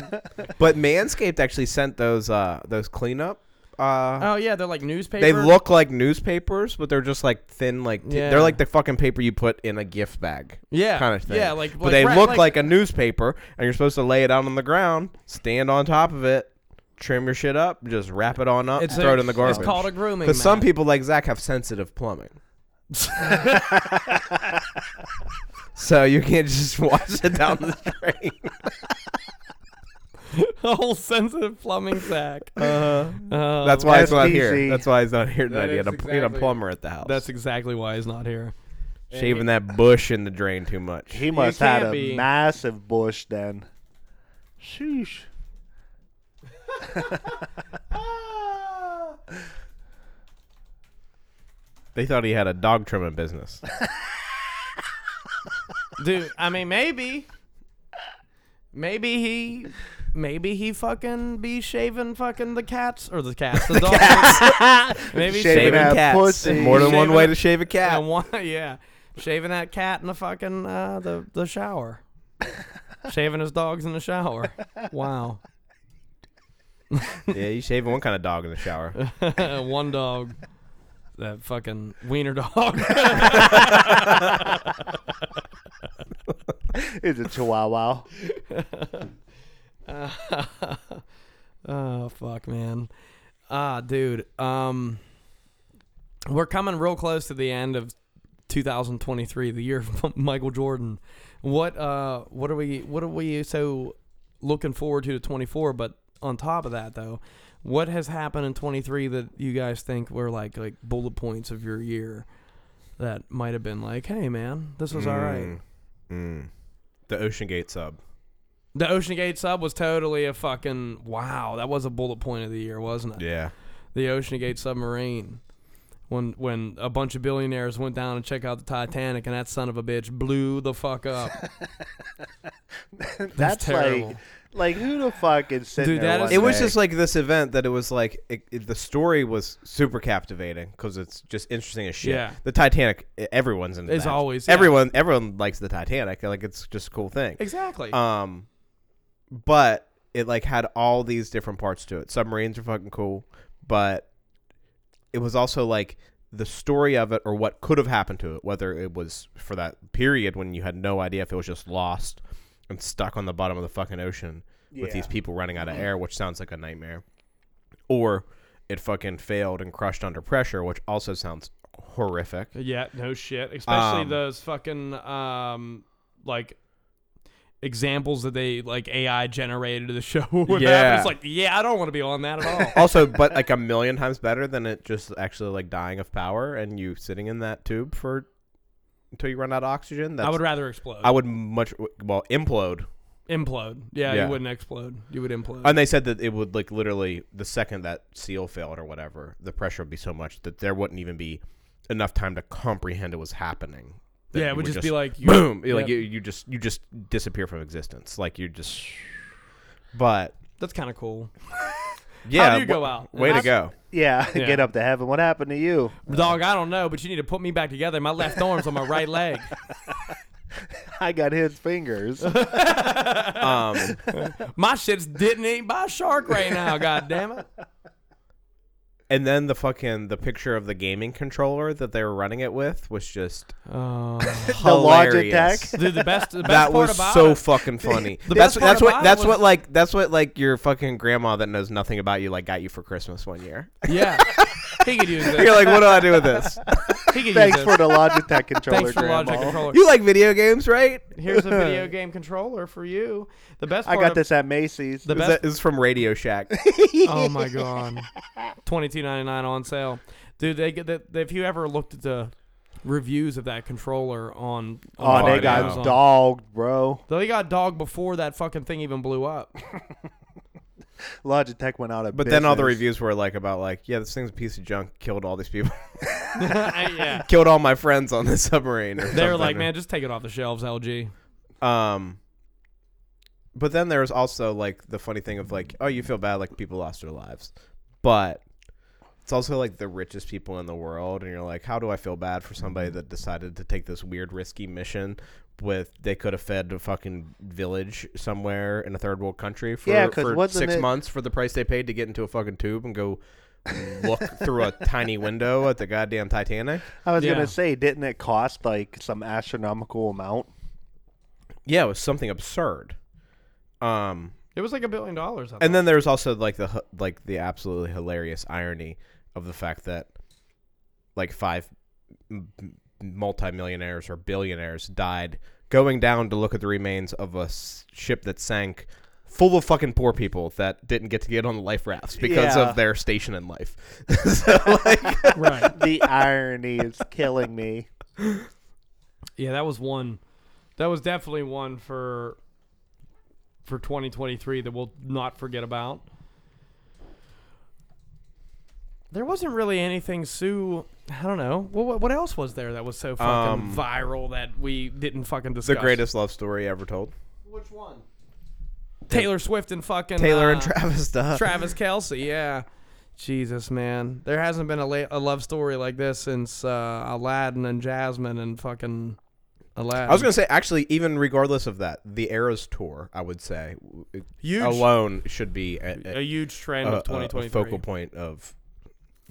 Speaker 2: but Manscaped actually sent those uh those cleanup uh
Speaker 1: Oh yeah, they're like newspaper.
Speaker 2: they look like newspapers, but they're just like thin, like t-
Speaker 1: Yeah.
Speaker 2: they're like the fucking paper you put in a gift bag,
Speaker 1: Yeah.
Speaker 2: kind of thing.
Speaker 1: Yeah, like-
Speaker 2: but
Speaker 1: like
Speaker 2: they
Speaker 1: wrap-
Speaker 2: look
Speaker 1: like-
Speaker 2: like, a newspaper, and you're supposed to lay it out on the ground, stand on top of it, trim your shit up, just wrap it on up,
Speaker 1: It's
Speaker 2: and throw
Speaker 1: a-
Speaker 2: it in the
Speaker 1: it's
Speaker 2: garbage.
Speaker 1: called a grooming
Speaker 2: Because some
Speaker 1: mat.
Speaker 2: people like Zach have sensitive plumbing. So you can't just wash it down the drain.
Speaker 1: a whole sensitive plumbing sack.
Speaker 2: Uh-huh.
Speaker 1: Uh,
Speaker 2: That's why it's not
Speaker 3: SPC.
Speaker 2: here. That's why it's not here tonight.
Speaker 1: That
Speaker 2: He had, a,
Speaker 1: is
Speaker 2: he had a
Speaker 1: exactly-
Speaker 2: plumber at the house.
Speaker 1: that's exactly why he's not here.
Speaker 2: shaving that bush in the drain too much.
Speaker 3: He must
Speaker 1: can't
Speaker 3: have a
Speaker 1: be.
Speaker 3: massive bush then. Sheesh.
Speaker 2: they thought he had a dog trimming business.
Speaker 1: Dude, I mean maybe maybe he maybe he fucking be shaving fucking the cats or the cats, the, dogs. maybe
Speaker 3: Shaving
Speaker 1: shaving
Speaker 3: that
Speaker 2: cats.
Speaker 3: pussy.
Speaker 2: More than one
Speaker 1: Shaving
Speaker 2: way
Speaker 1: it-
Speaker 2: to shave a cat.
Speaker 1: and one, yeah, shaving that cat in the fucking uh, the the shower. Shaving his dogs in the shower. Wow.
Speaker 2: yeah, you shave one kind of dog in the shower.
Speaker 1: One dog. That fucking wiener dog.
Speaker 3: Is it Chihuahua?
Speaker 1: oh fuck, man. Ah, dude. Um, we're coming real close to the end of 2023, the year of Michael Jordan. What uh, what are we what are we so looking forward to to 24? But on top of that, though, what has happened in 23 that you guys think were like like bullet points of your year that might have been like, hey, man, this was all right.
Speaker 2: The Ocean Gate sub.
Speaker 1: The Ocean Gate sub was totally a fucking wow. That was a bullet point of the year, wasn't it?
Speaker 2: Yeah.
Speaker 1: the Ocean Gate submarine. When when a bunch of billionaires went down and checked out the Titanic, and that son of a bitch blew the fuck up.
Speaker 3: That's,
Speaker 1: terrible.
Speaker 3: like, like who the fuck is sitting
Speaker 1: Dude,
Speaker 3: there?
Speaker 1: that is-
Speaker 3: one
Speaker 2: It was
Speaker 3: day?
Speaker 2: just like this event that it was like it, it- the story was super captivating because it's just interesting as shit.
Speaker 1: Yeah.
Speaker 2: The Titanic, e- everyone's in.
Speaker 1: It's
Speaker 2: that.
Speaker 1: always- yeah.
Speaker 2: everyone. Everyone likes the Titanic. Like it's just a cool thing.
Speaker 1: exactly.
Speaker 2: Um, but it like had all these different parts to it. Submarines are fucking cool, but it was also like the story of it or what could have happened to it, whether it was for that period when you had no idea if it was just lost and stuck on the bottom of the fucking ocean with these people running out of air, which sounds like a nightmare, or it fucking failed and crushed under pressure, which also sounds horrific.
Speaker 1: yeah, no shit. Especially
Speaker 2: Um,
Speaker 1: those fucking um like examples that they like AI generated of the show. Would
Speaker 2: Yeah.
Speaker 1: yeah, it's like yeah, I don't want to be on that at all.
Speaker 2: also, but like a million times better than it just actually like dying of power and you sitting in that tube for until you run out of oxygen. That's,
Speaker 1: I would rather explode.
Speaker 2: I would much well implode.
Speaker 1: implode. Yeah,
Speaker 2: Yeah.
Speaker 1: you wouldn't explode. You would implode.
Speaker 2: And they said that it would like literally the second that seal failed or whatever, the pressure would be so much that there wouldn't even be enough time to comprehend it was happening. That
Speaker 1: yeah,
Speaker 2: you
Speaker 1: it would just, be like you-
Speaker 2: boom, like
Speaker 1: yeah.
Speaker 2: you, you just you just disappear from existence. Like you just. But
Speaker 1: that's kind of cool.
Speaker 2: yeah,
Speaker 1: do you go
Speaker 2: wa-
Speaker 1: out?
Speaker 2: Way to go.
Speaker 3: yeah,
Speaker 1: Yeah.
Speaker 3: get up to heaven. What happened to you?
Speaker 2: Uh,
Speaker 1: Dog, I don't know, but you need to put me back together. My left arm's on my right leg.
Speaker 3: I got his fingers.
Speaker 2: Um,
Speaker 1: My shit's didn't eat by a shark right now, god damn it.
Speaker 2: And then the fucking the picture of the gaming controller that they were running it with was just
Speaker 3: the
Speaker 2: hilarious.
Speaker 3: Logitech.
Speaker 1: Uh, Dude, the best, the best
Speaker 2: That
Speaker 1: part
Speaker 2: was
Speaker 1: about
Speaker 2: so
Speaker 1: it-
Speaker 2: fucking funny.
Speaker 1: The
Speaker 2: that's
Speaker 1: best part
Speaker 2: that's what
Speaker 1: about it
Speaker 2: that's
Speaker 1: was-
Speaker 2: what like that's what like your fucking grandma that knows nothing about you like got you for Christmas one year.
Speaker 1: yeah, he could use
Speaker 2: You're
Speaker 1: this.
Speaker 2: like, what do I do with this?
Speaker 1: He could
Speaker 3: Thanks
Speaker 1: use
Speaker 3: for
Speaker 1: this.
Speaker 3: the Logitech controller,
Speaker 1: Thanks for
Speaker 3: Grandma.
Speaker 1: Logitech controller.
Speaker 2: You like video games, right?
Speaker 1: Here's a video game controller for you. The best.
Speaker 3: I
Speaker 1: Part
Speaker 3: got
Speaker 1: of-
Speaker 3: this at Macy's.
Speaker 1: The
Speaker 2: Is
Speaker 1: best.
Speaker 2: that is from Radio Shack.
Speaker 1: oh my god, twenty two ninety nine on sale, dude. They get that. If you ever looked at the reviews of that controller on,
Speaker 3: oh, they
Speaker 2: Oh,
Speaker 3: got
Speaker 2: no.
Speaker 1: Amazon,
Speaker 3: dogged, bro.
Speaker 1: They got dog before that fucking thing even blew up.
Speaker 3: Logitech went out of
Speaker 2: But then all the
Speaker 3: business.
Speaker 2: reviews were like about like, yeah, this thing's a piece of junk. Killed all these people.
Speaker 1: yeah.
Speaker 2: Killed all my friends on this submarine. Or
Speaker 1: They were
Speaker 2: something.
Speaker 1: like, man, just take it off the shelves, LG.
Speaker 2: Um, but then there was also like the funny thing of like, oh, you feel bad like people lost their lives, but it's also like the richest people in the world, and you're like, how do I feel bad for
Speaker 3: Mm-hmm.
Speaker 2: somebody that decided to take this weird risky mission? With they could have fed a fucking village somewhere in a third world country for,
Speaker 3: Yeah, 'cause
Speaker 2: for
Speaker 3: wasn't
Speaker 2: six
Speaker 3: it-
Speaker 2: months for the price they paid to get into a fucking tube and go look through a tiny window at the goddamn Titanic.
Speaker 3: I was
Speaker 1: Yeah.
Speaker 3: gonna say, didn't it cost like some astronomical amount?
Speaker 2: Yeah, it was something absurd. Um,
Speaker 1: It was like a billion dollars. I
Speaker 2: and then there's also like the hu- like the absolutely hilarious irony of the fact that like five m- m- multimillionaires or billionaires died going down to look at the remains of a s- ship that sank full of fucking poor people that didn't get to get on the life rafts because
Speaker 3: Yeah.
Speaker 2: of their station in life. so like
Speaker 1: thought. right.
Speaker 3: The irony is killing me.
Speaker 1: Yeah, that was one. That was definitely one for for 2023 that we'll not forget about. There wasn't really anything so I don't know. Well, what, what else was there that was so fucking
Speaker 2: Um,
Speaker 1: viral that we didn't fucking
Speaker 2: the
Speaker 1: discuss?
Speaker 2: greatest love story ever told.
Speaker 1: Which one? Taylor Swift and fucking
Speaker 2: Taylor and
Speaker 1: uh,
Speaker 2: Travis Duff.
Speaker 1: Travis Kelsey, yeah. Jesus, man, there hasn't been a, la- a love story like this since uh, Aladdin and Jasmine and fucking allowed.
Speaker 2: I was gonna say actually, even regardless of that, the Eras tour, I would say, w- it
Speaker 1: Huge-
Speaker 2: alone should be a,
Speaker 1: a huge trend
Speaker 2: a- a-
Speaker 1: of
Speaker 2: a
Speaker 1: 2023.
Speaker 2: focal point of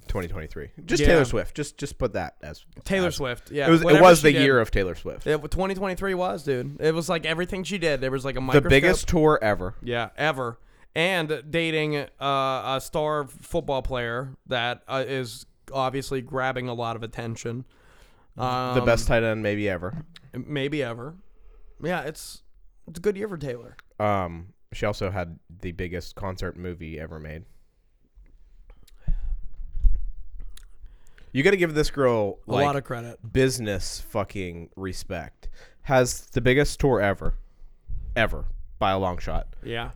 Speaker 2: 2023. Just
Speaker 1: Yeah.
Speaker 2: Taylor Swift. Just just put that as
Speaker 1: Taylor
Speaker 2: as-
Speaker 1: Swift. Yeah,
Speaker 2: it was it
Speaker 1: whatever
Speaker 2: was
Speaker 1: she
Speaker 2: the
Speaker 1: did.
Speaker 2: year of Taylor Swift.
Speaker 1: It- 2023 was, dude. It was like everything she did. There was like a
Speaker 2: the
Speaker 1: microscope.
Speaker 2: biggest tour ever.
Speaker 1: yeah, ever, and dating uh, a star football player that uh, is obviously grabbing a lot of attention. Um,
Speaker 2: the best tight end maybe ever.
Speaker 1: maybe ever. Yeah, it's it's a good year for Taylor.
Speaker 2: Um, she also had the biggest concert movie ever made. You got to give this girl
Speaker 1: A
Speaker 2: like,
Speaker 1: lot of credit.
Speaker 2: business fucking respect. Has the biggest tour ever, ever by a long shot.
Speaker 1: Yeah,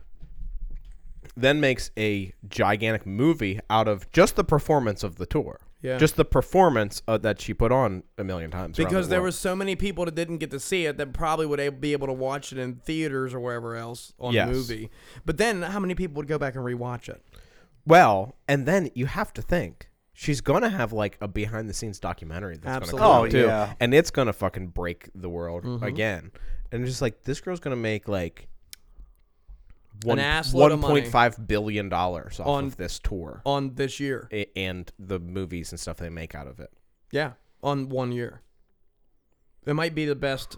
Speaker 2: Then makes a gigantic movie out of just the performance of the tour.
Speaker 1: Yeah.
Speaker 2: Just the performance uh, that she put on a million times. around
Speaker 1: because
Speaker 2: the
Speaker 1: there
Speaker 2: world.
Speaker 1: were so many people that didn't get to see it that probably would a- be able to watch it in theaters or wherever else on
Speaker 2: Yes.
Speaker 1: the movie. But then, how many people would go back and rewatch it?
Speaker 2: Well, and then you have to think she's gonna have like a behind the scenes documentary that's
Speaker 1: Absolutely. Mm-hmm.
Speaker 2: gonna come out
Speaker 3: Oh,
Speaker 2: too,
Speaker 3: yeah.
Speaker 2: and it's gonna fucking break the world again. And just like this girl's gonna make like one
Speaker 1: ass load of
Speaker 2: one
Speaker 1: money.
Speaker 2: point five billion dollars off
Speaker 1: On-
Speaker 2: of this tour
Speaker 1: on this year.
Speaker 2: a- and the movies and stuff they make out of it.
Speaker 1: Yeah, on one year. It might be the best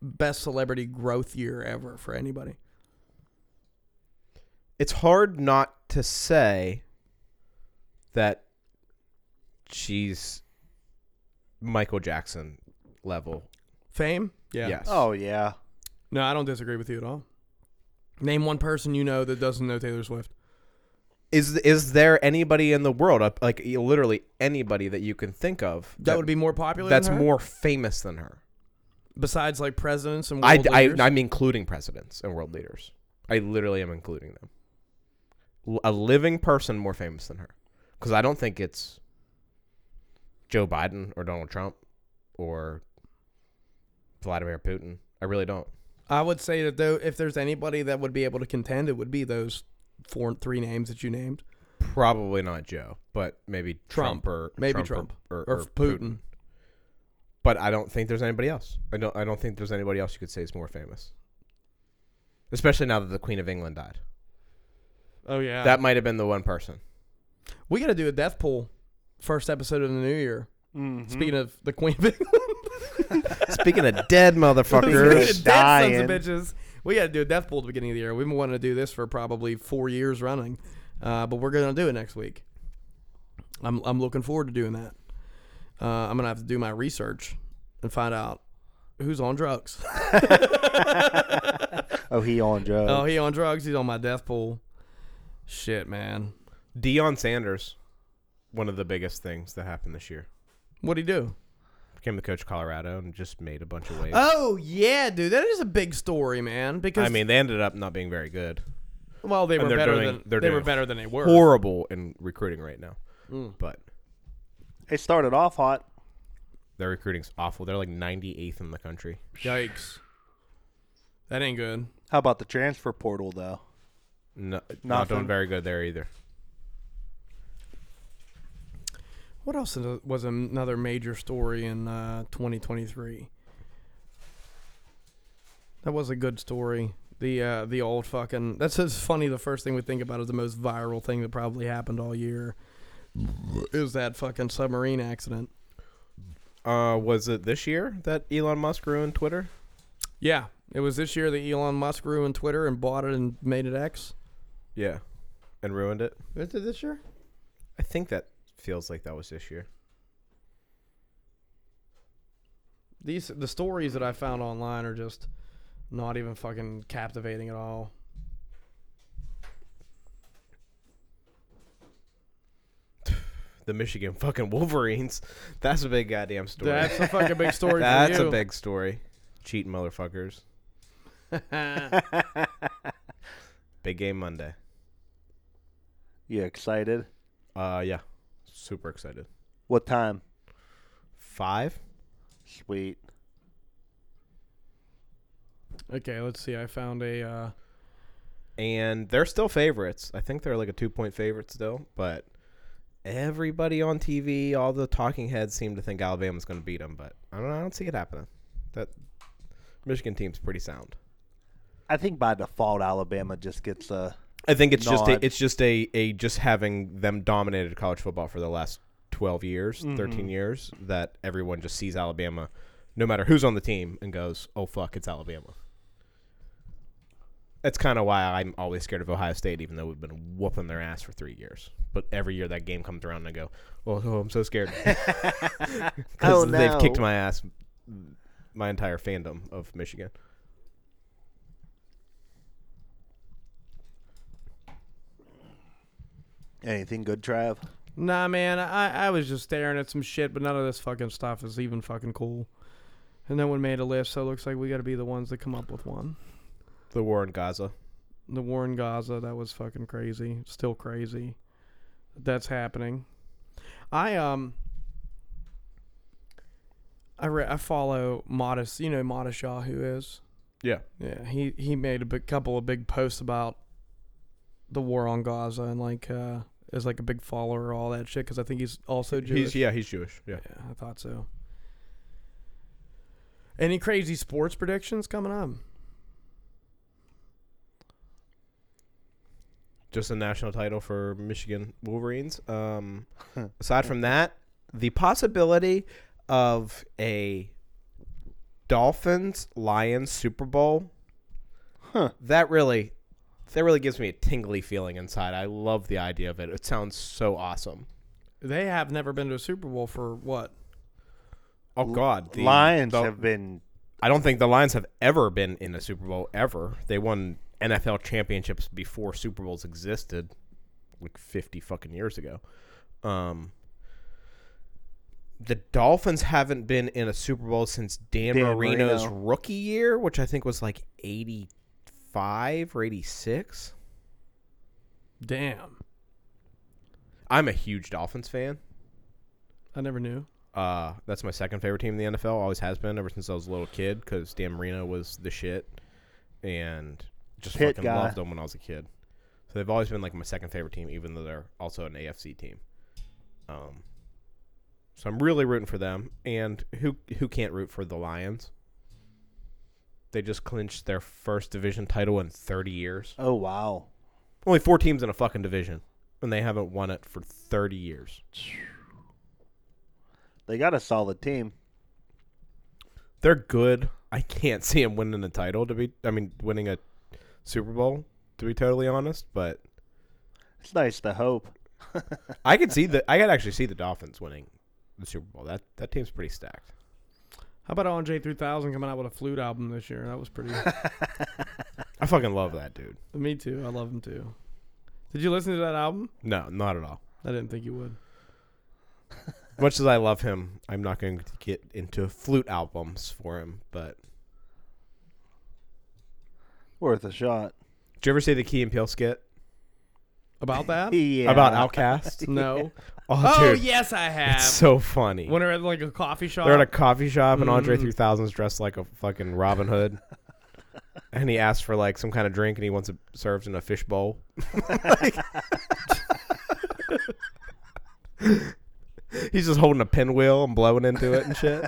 Speaker 1: best celebrity growth year ever for anybody.
Speaker 2: It's hard not to say that she's Michael Jackson level.
Speaker 1: Fame? Yeah.
Speaker 2: Yes.
Speaker 3: Oh yeah.
Speaker 1: No, I don't disagree with you at all. Name one person you know that doesn't know Taylor Swift.
Speaker 2: is is there anybody in the world uh, like y- literally anybody that you can think of
Speaker 1: That would be more popular.
Speaker 2: that's
Speaker 1: than her?
Speaker 2: more famous than her
Speaker 1: besides like presidents and
Speaker 2: I,
Speaker 1: world
Speaker 2: I
Speaker 1: leaders?
Speaker 2: i'm including presidents and world leaders i literally am including them L- a living person more famous than her because i don't think it's joe biden or donald trump or vladimir putin i really don't
Speaker 1: I would say that though, if there's anybody that would be able to contend, it would be those four, three names that you named.
Speaker 2: probably not joe but maybe trump, or
Speaker 1: maybe
Speaker 2: Trump
Speaker 1: Trump,
Speaker 2: or, or,
Speaker 1: or,
Speaker 2: or
Speaker 1: Putin.
Speaker 2: putin but I don't think there's anybody else. I don't. I don't think there's anybody else you could say is more famous. Especially now that the Queen of England died,
Speaker 1: Oh yeah,
Speaker 2: that might have been the one person.
Speaker 1: we got to do a death pool. First episode of the new year.
Speaker 3: Mhm.
Speaker 1: Speaking of the Queen of England,
Speaker 2: Speaking of dead
Speaker 1: Death
Speaker 2: motherfuckers,
Speaker 1: sons of
Speaker 3: dying.
Speaker 1: bitches. We got to do a death pool at the beginning of the year. We've been wanting to do this for probably four years running, uh, but we're gonna do it next week. I'm I'm looking forward to doing that. Uh, I'm gonna have to do my research and find out who's on drugs.
Speaker 3: Oh, he on drugs.
Speaker 1: oh, he on drugs. He's on my death pool. Shit, man.
Speaker 2: Dion Sanders, one of the biggest things that happened this year,
Speaker 1: What'd he do?
Speaker 2: became the coach of Colorado and just made a bunch of waves.
Speaker 1: Oh yeah, dude, that is a big story, man. Because
Speaker 2: I mean, they ended up not being very good.
Speaker 1: well, they
Speaker 2: and
Speaker 1: were
Speaker 2: they're
Speaker 1: better
Speaker 2: doing-
Speaker 1: than
Speaker 2: they're
Speaker 1: they were
Speaker 2: doing
Speaker 1: better than they were.
Speaker 2: Horrible in recruiting right now, but
Speaker 3: It started off hot.
Speaker 2: their recruiting's awful. They're like 98th in the country.
Speaker 1: Yikes, that ain't good.
Speaker 3: How about the transfer portal though?
Speaker 2: No, not doing
Speaker 3: Nothing.
Speaker 2: very good there either.
Speaker 1: What else is- was another major story in uh, 2023? That was a good story. The uh, the old fucking that's just funny. The first thing we think about is the most viral thing that probably happened all year is that fucking submarine accident.
Speaker 2: Uh, was it this year that Elon Musk ruined Twitter?
Speaker 1: Yeah, it was this year that Elon Musk ruined Twitter and bought it and made it X.
Speaker 2: Yeah, and ruined it.
Speaker 1: Was it this year?
Speaker 2: I think that feels like that was this year.
Speaker 1: These the stories that I found online are just not even fucking captivating at all.
Speaker 2: The Michigan fucking Wolverines. That's a big goddamn story.
Speaker 1: That's a fucking big story.
Speaker 2: That's
Speaker 1: for you.
Speaker 2: a big story. Cheating motherfuckers. big game Monday.
Speaker 3: You excited?
Speaker 2: Uh, yeah, super excited.
Speaker 3: What time?
Speaker 2: Five.
Speaker 3: Sweet.
Speaker 1: Okay, let's see. I found a. Uh,
Speaker 2: and they're still favorites. I think they're like a two point favorite still, but everybody on TV, all the talking heads seem to think Alabama's going to beat them, but I don't, I don't see it happening. Michigan team's pretty sound.
Speaker 3: I think by default Alabama just gets uh, a
Speaker 2: I think it's just
Speaker 3: Nod.
Speaker 2: a, it's just a, a just having them dominated college football for the last twelve years, thirteen years that everyone just sees Alabama, no matter who's on the team, and goes, "Oh fuck, it's Alabama." That's kind of why I'm always scared of Ohio State, even though we've been whooping their ass for three years. But every year that game comes around, and I go, "Oh, oh I'm so scared," because
Speaker 3: Oh,
Speaker 2: they've kicked
Speaker 3: no.
Speaker 2: my ass, my entire fandom of Michigan.
Speaker 3: anything good, Trav.
Speaker 1: Nah, man, I, I was just staring at some shit, but none of this fucking stuff is even fucking cool. And no one made a list, so it looks like we got to be the ones that come up with one.
Speaker 2: The war in Gaza.
Speaker 1: The war in Gaza, that was fucking crazy. Still crazy. That's happening. I um I re- I follow Modest, you know who Modest Shaw who is.
Speaker 2: Yeah.
Speaker 1: Yeah, he he made a big, couple of big posts about the war on Gaza and like uh is like a big follower of all that shit cuz I think he's also Jewish.
Speaker 2: He's yeah, he's Jewish. Yeah.
Speaker 1: Yeah, I thought so. Any crazy sports predictions coming up?
Speaker 2: just a national title for Michigan Wolverines. Um, aside from that, the possibility of a Dolphins Lions Super Bowl. Huh. That really that really gives me a tingly feeling inside. I love the idea of it. It sounds so awesome.
Speaker 1: They have never been to a Super Bowl for what?
Speaker 2: Oh god, the
Speaker 3: Lions
Speaker 2: the-
Speaker 3: have been
Speaker 2: I don't think the Lions have ever been in a Super Bowl ever. They won NFL championships before Super Bowls existed, like fifty fucking years ago. Um, the Dolphins haven't been in a Super Bowl since Dan,
Speaker 3: Dan
Speaker 2: Marino's
Speaker 3: Marino.
Speaker 2: rookie year, which I think was like eighty-five or eighty-six.
Speaker 1: Damn.
Speaker 2: I'm a huge Dolphins fan.
Speaker 1: I never knew.
Speaker 2: Uh, that's my second favorite team in the NFL. Always has been ever since I was a little kid because Dan Marino was the shit, and just
Speaker 3: Pit
Speaker 2: fucking
Speaker 3: guy.
Speaker 2: loved them when I was a kid. So they've always been like my second favorite team, even though they're also an AFC team. Um, so I'm really rooting for them. And who who can't root for the Lions? They just clinched their first division title in 30 years.
Speaker 3: oh wow.
Speaker 2: Only four teams in a fucking division, and they haven't won it for 30 years.
Speaker 3: They got a solid team.
Speaker 2: they're good. I can't see them winning a title to be. I mean, winning a Super Bowl to be totally honest, but
Speaker 3: It's nice to hope.
Speaker 2: I could see the. I could actually see the Dolphins winning the Super Bowl. That that team's pretty stacked.
Speaker 1: How about Andre 3000 coming out with a flute album this year? That was pretty.
Speaker 2: I fucking love that dude.
Speaker 1: me too. I love him too. Did you listen to that album?
Speaker 2: No, not at all.
Speaker 1: I didn't think you would.
Speaker 2: Much as I love him, I'm not going to get into flute albums for him. But
Speaker 3: Worth a shot.
Speaker 2: did you ever see the Key and Peele skit
Speaker 1: About that?
Speaker 3: Yeah.
Speaker 2: about Outcast?
Speaker 1: No.
Speaker 2: Oh,
Speaker 1: oh,
Speaker 2: dude,
Speaker 1: yes, I have.
Speaker 2: it's so funny.
Speaker 1: when they're at like a coffee shop.
Speaker 2: They're at a coffee shop, and
Speaker 1: Mm.
Speaker 2: Andre 3000's dressed like a fucking Robin Hood. and he asks for like some kind of drink, and he wants it served in a fish bowl. Like- He's just holding a pinwheel and blowing into it and shit.